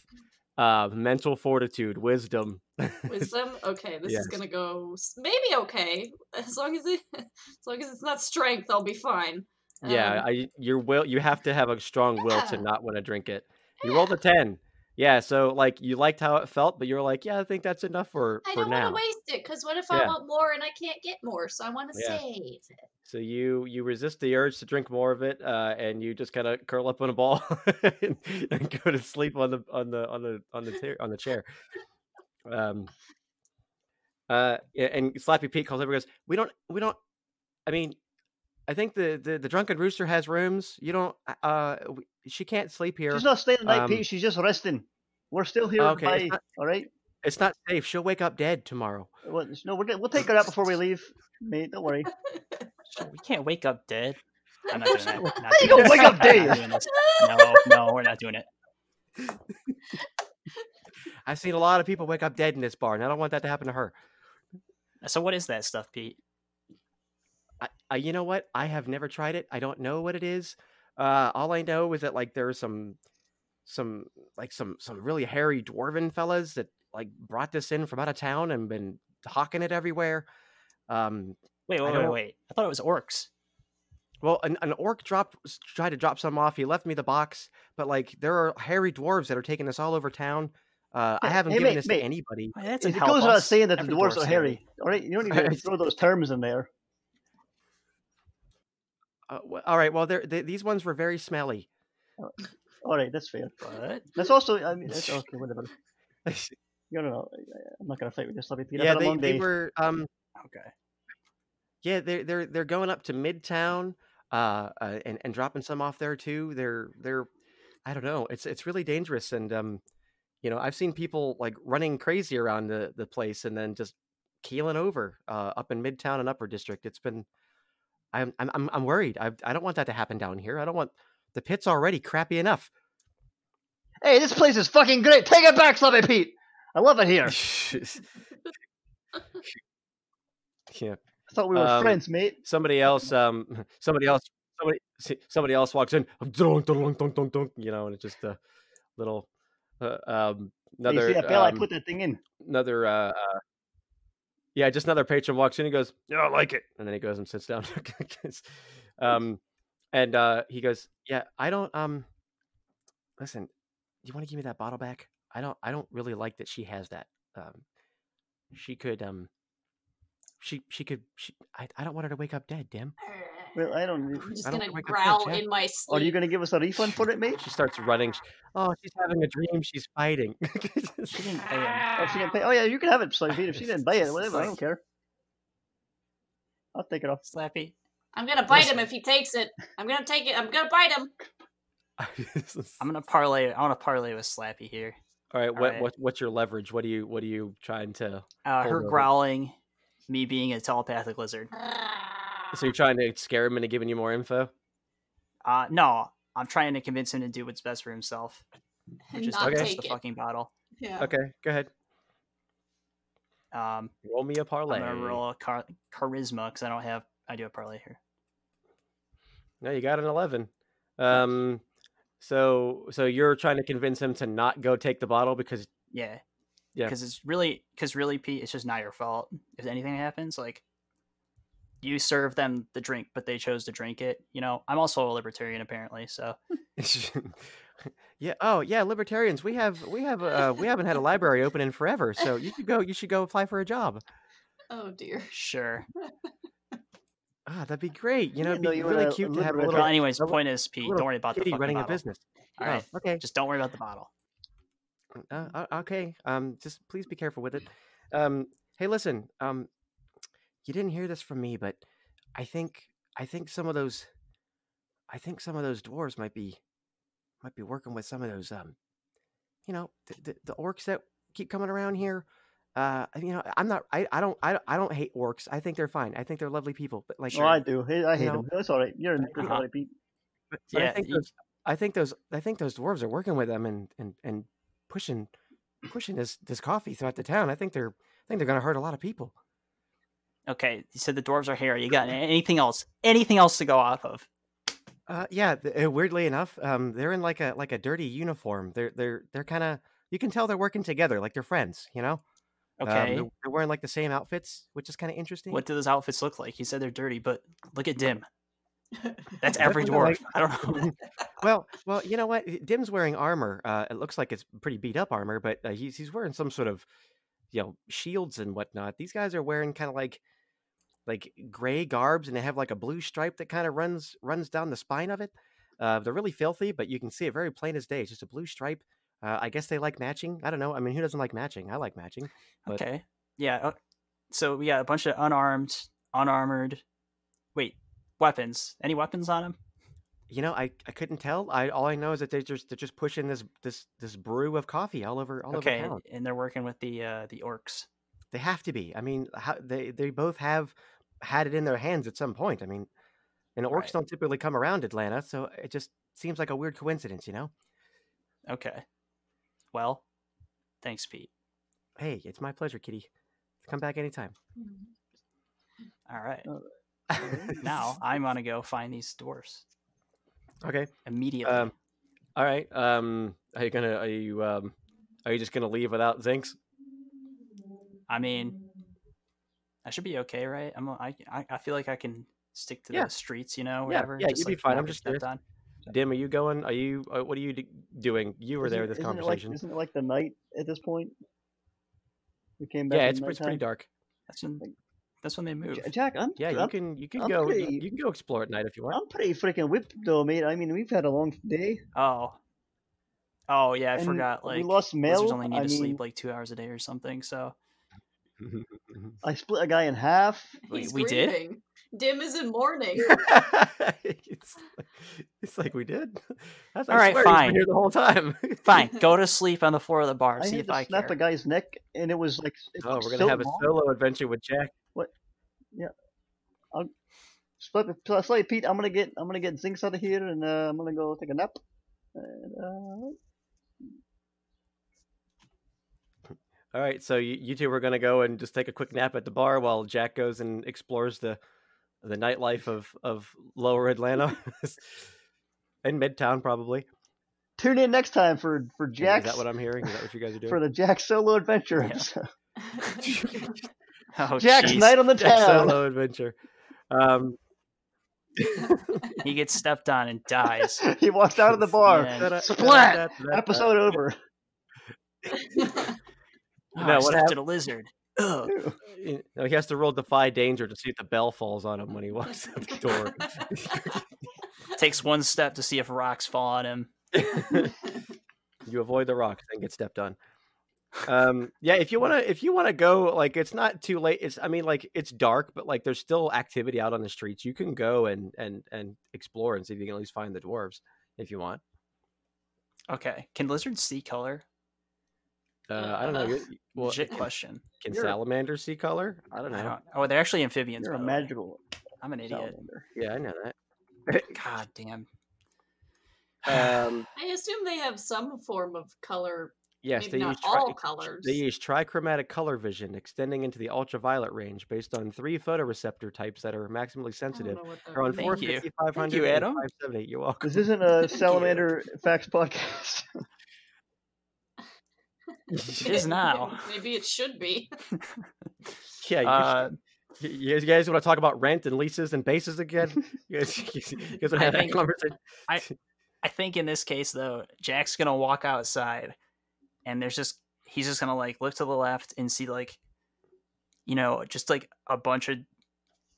Speaker 2: uh mental fortitude wisdom
Speaker 4: Wisdom. Okay, this
Speaker 2: Yes.
Speaker 4: is gonna go s- maybe okay as long as it as long as it's not strength, I'll be fine.
Speaker 2: yeah
Speaker 4: Um,
Speaker 2: i your will you have to have a strong will to
Speaker 4: Yeah.
Speaker 2: not want to drink it you rolled a 10 yeah so like you liked how it felt but you're like yeah i think that's enough for
Speaker 4: I
Speaker 2: for
Speaker 4: don't want
Speaker 2: now
Speaker 4: to waste it because what if I
Speaker 2: Yeah.
Speaker 4: want more and I can't get more? So I want to
Speaker 2: Yeah.
Speaker 4: save it.
Speaker 2: So you you resist the urge to drink more of it, uh, and you just kind of curl up on a ball and, and go to sleep on the on the on the on the chair on the chair. Um. Uh, yeah, and Slappy Pete calls over. and Goes, we don't, we don't. I mean, I think the the, the drunken rooster has rooms. You don't. Uh, w- she can't sleep here.
Speaker 1: she's not staying the night,
Speaker 2: Um,
Speaker 1: Pete. She's just resting. We're still here
Speaker 2: Okay, it's
Speaker 1: by.
Speaker 2: not-
Speaker 1: All right.
Speaker 2: It's not safe. She'll wake up dead tomorrow.
Speaker 1: Well, no, we're, gonna- we'll take her out before we leave, mate. Don't worry.
Speaker 3: She- We can't wake up dead. I'm not doing that. Not
Speaker 1: There you
Speaker 3: doing
Speaker 1: go,
Speaker 3: this.
Speaker 1: wake up
Speaker 3: Not
Speaker 1: dead.
Speaker 3: doing this. No, no, we're not doing it.
Speaker 2: I've seen a lot of people wake up dead in this bar, and I don't want that to happen to her.
Speaker 3: So what is that stuff, Pete?
Speaker 2: I, I you know what? I have never tried it. I don't know what it is. Uh, all I know is that like there are some, some like some some really hairy dwarven fellas that like brought this in from out of town and been hawking it everywhere. Um,
Speaker 3: Wait,
Speaker 2: I
Speaker 3: wait, wait,
Speaker 2: don't-
Speaker 3: wait. I thought it was orcs.
Speaker 2: well, an, an orc dropped s- tried to drop some off. He left me the box, but like there are hairy dwarves that are taking this all over town. Uh, I
Speaker 1: Hey-
Speaker 2: haven't
Speaker 1: hey,
Speaker 2: given
Speaker 1: mate,
Speaker 2: this
Speaker 1: mate.
Speaker 2: to anybody.
Speaker 3: Wait, that
Speaker 1: It
Speaker 3: doesn't help
Speaker 1: goes without
Speaker 3: us.
Speaker 1: saying that
Speaker 3: Every
Speaker 1: the dwarves
Speaker 3: dwarf's
Speaker 1: are hairy. All right, you don't need to throw those terms in there.
Speaker 2: Uh, wh- all right, well, they're, they, these ones were very smelly.
Speaker 1: All right, that's fair.
Speaker 3: What?
Speaker 1: That's also. I mean, that's okay. Whatever. No, no, no. I- I- I'm not gonna fight with this, Sloppy Pete.
Speaker 2: yeah,
Speaker 1: I've
Speaker 2: they,
Speaker 1: had a
Speaker 2: they
Speaker 1: long day.
Speaker 2: were um,
Speaker 3: Okay.
Speaker 2: Yeah, they're they're they're going up to Midtown, uh, uh and and dropping some off there too. They're they're, I don't know. It's it's really dangerous, and um, you know, I've seen people like running crazy around the the place, and then just keeling over uh, up in Midtown and Upper District. It's been, I'm I'm I'm I'm worried. I I don't want that to happen down here. I don't want the pit's already crappy enough.
Speaker 1: Hey, this place is fucking great. Take it back, Sloppy Pete. I love it here. I
Speaker 2: yeah.
Speaker 1: thought we were
Speaker 2: Um,
Speaker 1: friends, mate.
Speaker 2: somebody else um somebody else somebody s- somebody else walks in dunk, dunk, dunk, dunk, dunk, you know and it's just a little uh, um
Speaker 1: Hey, you
Speaker 2: another
Speaker 1: see that bell? I
Speaker 2: um,
Speaker 1: put that thing in.
Speaker 2: another uh, uh yeah
Speaker 1: Mm.
Speaker 2: just another patron walks in and goes yeah i like it and then he goes and sits down um And uh, he goes, "Yeah, I don't. Um, listen, you want to give me that bottle back? I don't. I don't really like that she has that. Um, she could. Um, she she could. She, I I don't want her to wake up dead, Dim.
Speaker 1: Well, I don't. re-
Speaker 4: I'm just
Speaker 2: I don't
Speaker 4: gonna
Speaker 2: wake up yet,
Speaker 4: growl
Speaker 2: Jack.
Speaker 4: in my
Speaker 1: Are
Speaker 4: sleep.
Speaker 1: you going to give us a refund for it, mate?
Speaker 2: She starts running. She- Oh, she's having a dream. She's fighting.
Speaker 3: She didn't pay him.
Speaker 1: Oh,
Speaker 4: Ah.
Speaker 1: she didn't pay. Oh yeah, you can have it, Slappy. If she didn't buy it, whatever. I don't care. I'll take it off.
Speaker 3: Slappy.
Speaker 4: I'm gonna bite him
Speaker 3: Listen.
Speaker 4: if he takes it. I'm gonna take it. I'm gonna bite him.
Speaker 3: I'm gonna parlay. I want to parlay with Slappy here.
Speaker 2: All right,
Speaker 3: All
Speaker 2: what,
Speaker 3: right.
Speaker 2: what what's your leverage? What do you what are you trying to?
Speaker 3: Uh, her
Speaker 2: Hold over.
Speaker 3: growling, me being a telepathic lizard.
Speaker 2: So
Speaker 4: Ah,
Speaker 2: you're trying to scare him into giving you more info?
Speaker 3: Uh, no, I'm trying to convince him to do what's best for himself,
Speaker 4: And
Speaker 3: which is
Speaker 4: not
Speaker 3: to touch
Speaker 4: take
Speaker 3: the
Speaker 4: it.
Speaker 3: fucking bottle.
Speaker 4: Yeah.
Speaker 2: Okay, go ahead.
Speaker 3: Um,
Speaker 2: Roll me a parlay.
Speaker 3: I'm gonna roll a char- charisma because I don't have. I do a parlay here.
Speaker 2: No, you got an eleven. Um, so so you're trying to convince him to not go take the bottle because
Speaker 3: Yeah.
Speaker 2: Yeah.
Speaker 3: Because it's really, because really, Pete, it's just not your fault. If anything happens, like you serve them the drink, but they chose to drink it. You know, I'm also a libertarian apparently, so
Speaker 2: yeah oh yeah libertarians we have we have uh, we haven't had a library open in forever so you should go you should go apply for a job
Speaker 4: Oh dear.
Speaker 3: sure.
Speaker 2: ah that'd be great you know it'd
Speaker 1: No,
Speaker 2: be
Speaker 1: you
Speaker 2: really
Speaker 1: wanna
Speaker 2: cute to have a
Speaker 1: liberate-
Speaker 2: little
Speaker 3: Well, anyways,
Speaker 2: a li-
Speaker 3: point is, Pete,
Speaker 2: little
Speaker 3: don't worry about the
Speaker 2: kitty
Speaker 3: fucking
Speaker 2: running
Speaker 3: bottle.
Speaker 2: a business
Speaker 3: All right,
Speaker 2: oh, okay
Speaker 3: just don't worry about the bottle.
Speaker 2: Uh, o- okay. Um, just please be careful with it. Um, hey, listen. Um, you didn't hear this from me, but I think I think some of those, I think some of those dwarves might be, might be working with some of those. Um, you know, the, the, the orcs that keep coming around here. Uh, I- you know, I'm not. I, I don't. I, don't- I don't hate orcs. I think they're fine. I think they're lovely people. But like,
Speaker 1: Oh, I do. Hey, I
Speaker 2: You
Speaker 1: hate
Speaker 2: know-
Speaker 1: him. That's all right. You're in
Speaker 2: Uh-huh.
Speaker 1: good right, Pete.
Speaker 2: but, but I
Speaker 3: Yeah,
Speaker 2: think
Speaker 3: you-
Speaker 2: those, I think those I think those dwarves are working with them and and and pushing pushing this this coffee throughout the town. I think they're I think they're going to hurt a lot of people.
Speaker 3: Okay, you said the dwarves are hairy. You got anything else? Anything else to go off of?
Speaker 2: Uh, yeah, th- uh, weirdly enough, um, they're in like a like a dirty uniform. They're they're they're kind of you can tell they're working together like they're friends. You know, Um,
Speaker 3: Okay.
Speaker 2: they're, they're wearing like the same outfits, which is kind of interesting.
Speaker 3: what do those outfits look like? You said they're dirty, but look at Dim. That's
Speaker 2: They're
Speaker 3: every
Speaker 2: kinda like-
Speaker 3: dwarf. I don't know.
Speaker 2: well, well, you know what? Dim's wearing armor. Uh, it looks like it's pretty beat up armor, but uh, he's he's wearing some sort of, you know, shields and whatnot. These guys are wearing kind of like, like gray garbs, and they have like a blue stripe that kind of runs runs down the spine of it. Uh, they're really filthy, but you can see it very plain as day. It's just a blue stripe. Uh, I guess they like matching. I don't know. I mean, who doesn't like matching? I like matching. but-
Speaker 3: Okay. Yeah. uh, So we got a bunch of unarmed, unarmored. Wait, weapons. Any weapons on them?
Speaker 2: You know, I, I couldn't tell. I all I know is that they're just they're just pushing this this this brew of coffee all over all
Speaker 3: okay.
Speaker 2: over town.
Speaker 3: And they're working with the uh, the orcs.
Speaker 2: They have to be. I mean, how, they they both have had it in their hands at some point. I mean, and orcs
Speaker 3: Right.
Speaker 2: don't typically come around Atlanta, so it just seems like a weird coincidence, you know?
Speaker 3: Okay. Well, thanks, Pete.
Speaker 2: Hey, it's my pleasure, Kitty. Come back anytime.
Speaker 3: All right.
Speaker 1: Uh,
Speaker 3: Now I'm gonna go find these dwarfs
Speaker 2: okay.
Speaker 3: immediately.
Speaker 2: Um, all right. Um, are you gonna? Are you? Um, are you just gonna leave without Zinks?
Speaker 3: I mean, I should be okay, right? I'm. I. I I feel like I can stick to
Speaker 2: Yeah.
Speaker 3: the streets, you know,
Speaker 2: Yeah,
Speaker 3: whatever.
Speaker 2: yeah, you'll be
Speaker 3: like,
Speaker 2: fine.
Speaker 3: not
Speaker 2: I'm
Speaker 3: get
Speaker 2: just
Speaker 3: stepped
Speaker 2: curious.
Speaker 3: on.
Speaker 2: Dim, are you going? Are you? Uh, what are you d- doing? You were there at
Speaker 1: Isn't-
Speaker 2: this
Speaker 1: isn't it like-
Speaker 2: conversation.
Speaker 1: Isn't it like the night at this point? We came back.
Speaker 2: yeah,
Speaker 1: in
Speaker 2: it's, it's pretty
Speaker 1: nighttime?
Speaker 2: dark.
Speaker 3: That's when.
Speaker 1: Like-
Speaker 3: That's when they move.
Speaker 1: J- Jack, I'm
Speaker 2: Yeah, you
Speaker 1: I'm,
Speaker 2: can you can
Speaker 1: I'm
Speaker 2: go
Speaker 1: pretty-
Speaker 2: you, you can go explore at night if you want.
Speaker 1: I'm pretty freaking whipped though, mate. I mean, we've had a long day.
Speaker 3: Oh. Oh yeah, I
Speaker 1: and
Speaker 3: forgot. Like
Speaker 1: we lost
Speaker 3: lizards
Speaker 1: Mel.
Speaker 3: only need
Speaker 1: I
Speaker 3: to
Speaker 1: mean,
Speaker 3: sleep like two hours a day or something. So
Speaker 1: I split a guy in half.
Speaker 3: we-
Speaker 4: He's
Speaker 3: we did?
Speaker 4: grieving. Dim is in mourning.
Speaker 2: it's, like, it's like we did. That's, I
Speaker 3: All right,
Speaker 2: swear he's been
Speaker 3: fine.
Speaker 2: Here the whole time.
Speaker 3: fine, go to sleep on the floor of the bar.
Speaker 1: I
Speaker 3: see
Speaker 1: had
Speaker 3: if
Speaker 1: to
Speaker 3: I
Speaker 1: snap
Speaker 3: care.
Speaker 1: a guy's neck, and it was like it
Speaker 2: oh,
Speaker 1: took
Speaker 2: we're gonna
Speaker 1: so
Speaker 2: have a
Speaker 1: long.
Speaker 2: solo adventure with Jack.
Speaker 1: Slip, so- sorry, Pete. I'm gonna get I'm gonna get Zinks out of here, and uh, I'm gonna go take a nap. And, uh,
Speaker 2: All right, so you, you two are gonna go and just take a quick nap at the bar while Jack goes and explores the the nightlife of of Lower Atlanta and Midtown probably.
Speaker 1: uh,
Speaker 2: Is-
Speaker 1: tune in next time for for
Speaker 2: Is
Speaker 1: Jack's
Speaker 2: that what I'm hearing? Is that what you guys are doing?
Speaker 1: for the Jack solo adventure.
Speaker 3: Yeah.
Speaker 1: episode.
Speaker 3: Oh,
Speaker 1: Jack's
Speaker 3: jeez.
Speaker 1: night on the
Speaker 2: Oh, Jack
Speaker 1: town.
Speaker 2: solo adventure. Um,
Speaker 3: he gets stepped on and dies.
Speaker 1: he walked out of the bar.
Speaker 3: Yeah.
Speaker 1: Splat! Episode over.
Speaker 3: Oh,
Speaker 2: No,
Speaker 3: I
Speaker 2: what
Speaker 3: stepped
Speaker 2: hap-
Speaker 3: in a lizard. Ugh.
Speaker 2: You know, he has to roll defy danger to see if the bell falls on him when he walks out the door.
Speaker 3: Takes one step to see if rocks fall on him.
Speaker 2: you avoid the rocks and get stepped on. Um, yeah, if you want to, if you want to go, like it's not too late. It's, I mean, like it's dark, but like there's still activity out on the streets. You can go and and and explore and see if you can at least find the dwarves if you want.
Speaker 3: Okay. Can lizards see color?
Speaker 2: Uh, I don't know.
Speaker 4: Uh,
Speaker 2: you well,
Speaker 3: Legit
Speaker 2: can,
Speaker 3: question.
Speaker 2: can
Speaker 1: you're-
Speaker 2: salamanders see color? I don't know.
Speaker 3: I don't, oh, they're actually amphibians.
Speaker 1: You're a
Speaker 3: by the way.
Speaker 1: magical
Speaker 3: I'm an idiot.
Speaker 1: salamander.
Speaker 2: Yeah, I know
Speaker 3: God damn.
Speaker 2: that. Um,
Speaker 4: I assume they have some form of color.
Speaker 2: yes,
Speaker 4: Maybe
Speaker 2: they
Speaker 4: not
Speaker 2: use tri-
Speaker 4: all colors.
Speaker 2: They use trichromatic color vision, extending into the ultraviolet range based on three photoreceptor types that are maximally
Speaker 4: I don't
Speaker 2: sensitive.
Speaker 4: know what that
Speaker 2: They're on
Speaker 4: means.
Speaker 3: Thank
Speaker 2: 450,
Speaker 3: you.
Speaker 2: 500,
Speaker 3: you,
Speaker 2: and
Speaker 3: Adam.
Speaker 2: 570. You're welcome.
Speaker 1: This isn't a salamander facts podcast.
Speaker 3: It is now.
Speaker 4: Maybe it should be.
Speaker 2: yeah, you,
Speaker 3: Uh,
Speaker 2: should- you guys- you guys want to talk about rent and leases and bases again? You guys, you guys- you guys want
Speaker 3: I
Speaker 2: to have that
Speaker 3: think-
Speaker 2: conversation?
Speaker 3: I think in this case though, Jack's gonna walk outside, and there's just he's just gonna like look to the left and see like, you know, just like a bunch of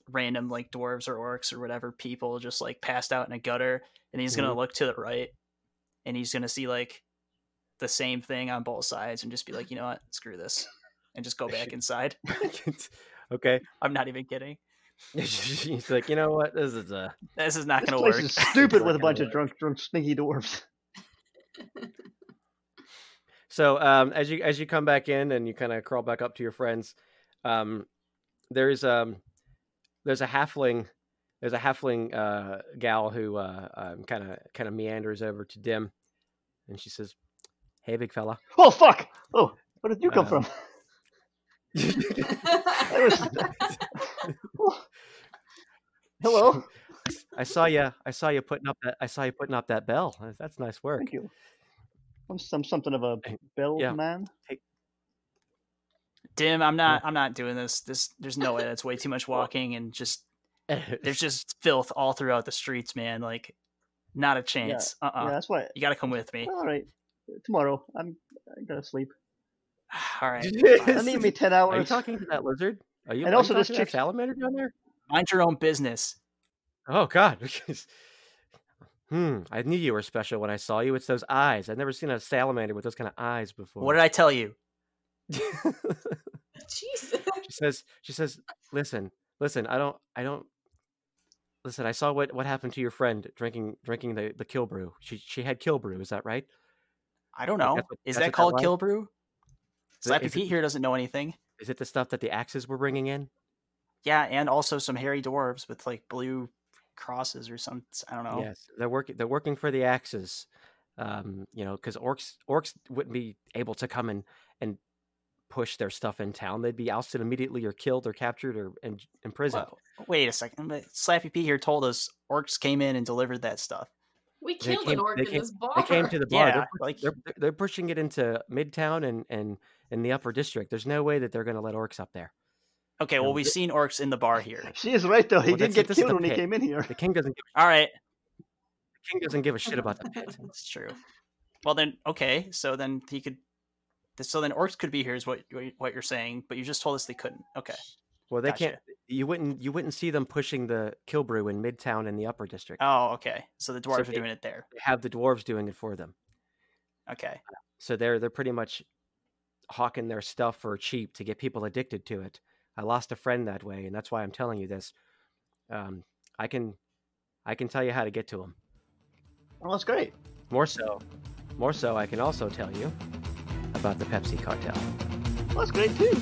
Speaker 3: random like dwarves or orcs or whatever people just like passed out in a gutter, and he's
Speaker 2: Mm-hmm.
Speaker 3: gonna look to the right, and he's gonna see like the same thing on both sides, and just be like, you know what, screw this, and just go back inside.
Speaker 2: okay.
Speaker 3: I'm not even kidding.
Speaker 2: He's like, you know what? This is uh" a.
Speaker 3: This is not
Speaker 1: This
Speaker 3: gonna
Speaker 1: place
Speaker 3: work.
Speaker 1: is stupid
Speaker 2: not
Speaker 1: with a
Speaker 2: gonna
Speaker 1: bunch of
Speaker 2: work.
Speaker 1: drunk, drunk, stinky dwarves.
Speaker 2: So um, as you as you come back in and you kind of crawl back up to your friends, um, there's um there's a halfling there's a halfling uh, gal who uh, kind of kind of meanders over to Dim, and she says, "Hey, big fella."
Speaker 1: Oh fuck! Oh, where did you come
Speaker 2: Um,
Speaker 1: from? That was- Hello.
Speaker 2: I saw you. I saw you putting up that. I saw you putting up that bell. That's- That's nice work.
Speaker 1: Thank you. I'm some something of a bell
Speaker 2: Yeah.
Speaker 1: man.
Speaker 3: Dim, I'm not. I'm not doing this. This there's no way. That's way too much walking and just there's just filth all throughout the streets, man. Like, not a chance. Uh uh
Speaker 1: Yeah, that's why.
Speaker 3: You got to come with me.
Speaker 1: All right, tomorrow. I'm. I gotta sleep.
Speaker 3: All right.
Speaker 1: I need me ten hours.
Speaker 2: Are you Oh, talking to that lizard? Are you?
Speaker 1: And
Speaker 2: are you
Speaker 1: also this
Speaker 2: talking to that
Speaker 1: chick-
Speaker 2: salamander down there.
Speaker 3: Mind your own business.
Speaker 2: Oh God. hmm. I knew you were special when I saw you. It's those eyes. I've never seen a salamander with those kind of eyes before.
Speaker 3: What did I tell you?
Speaker 4: Jesus.
Speaker 2: she says she says listen listen i don't i don't listen i saw what what happened to your friend drinking drinking the the kill brew she she had kill brew is that right
Speaker 3: I don't
Speaker 2: Like,
Speaker 3: know.
Speaker 2: that's what-
Speaker 3: Is
Speaker 2: that's what
Speaker 3: that
Speaker 2: that
Speaker 3: called
Speaker 2: was?
Speaker 3: kill brew? Slappy
Speaker 2: is it-
Speaker 3: Pete here doesn't know anything.
Speaker 2: is it the stuff that the axes were bringing in
Speaker 3: Yeah, and also some hairy dwarves with like blue crosses or some. I don't know.
Speaker 2: yes they're working they're working for the axes um you know because orcs orcs wouldn't be able to come and and push their stuff in town they'd be ousted immediately or killed or captured or and imprisoned
Speaker 3: Whoa, wait a second. But Slappy Pete here told us orcs came in and delivered that stuff.
Speaker 4: We
Speaker 2: They
Speaker 4: killed
Speaker 2: came-
Speaker 4: an orc
Speaker 2: they
Speaker 4: in
Speaker 2: came-
Speaker 4: this bar.
Speaker 2: They came to the bar.
Speaker 3: Yeah,
Speaker 2: they're, push-
Speaker 3: like-
Speaker 2: they're, they're- they're pushing it into Midtown and and in the Upper District. There's no way that they're going to let orcs up there.
Speaker 3: Okay,
Speaker 2: Yeah,
Speaker 3: well we've
Speaker 2: th-
Speaker 3: seen orcs in the bar here.
Speaker 1: She is right though. He
Speaker 2: Well,
Speaker 1: didn't
Speaker 2: that's it,
Speaker 1: get
Speaker 2: this is
Speaker 1: killed
Speaker 2: the
Speaker 1: when he
Speaker 2: pit.
Speaker 1: came in here.
Speaker 2: The king doesn't. Give,
Speaker 3: All right,
Speaker 2: the king doesn't give a shit about the pit.
Speaker 3: That's true. Well then, okay. So then he could. th- So then orcs could be here is what you- what you're saying, but you just told us they couldn't. Okay.
Speaker 2: Well, they
Speaker 3: Gotcha.
Speaker 2: can't. You wouldn't. You wouldn't see them pushing the kill brew in Midtown in the Upper District.
Speaker 3: Oh, okay. So the dwarves are
Speaker 2: they-
Speaker 3: doing it there.
Speaker 2: They have the dwarves doing it for them.
Speaker 3: Okay.
Speaker 2: So they're they're pretty much hawking their stuff for cheap to get people addicted to it. I lost a friend that way, and that's why I'm telling you this. Um, I can, I can tell you how to get to him.
Speaker 1: Oh, that's great.
Speaker 2: More so, more so, I can also tell you about the Pepsi cartel.
Speaker 1: Well, that's great too.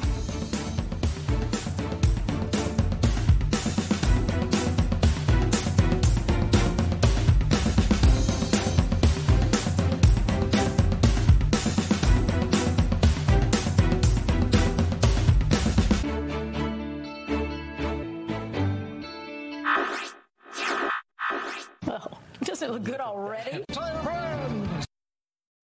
Speaker 6: Doesn't it look good already?
Speaker 7: Tyrant!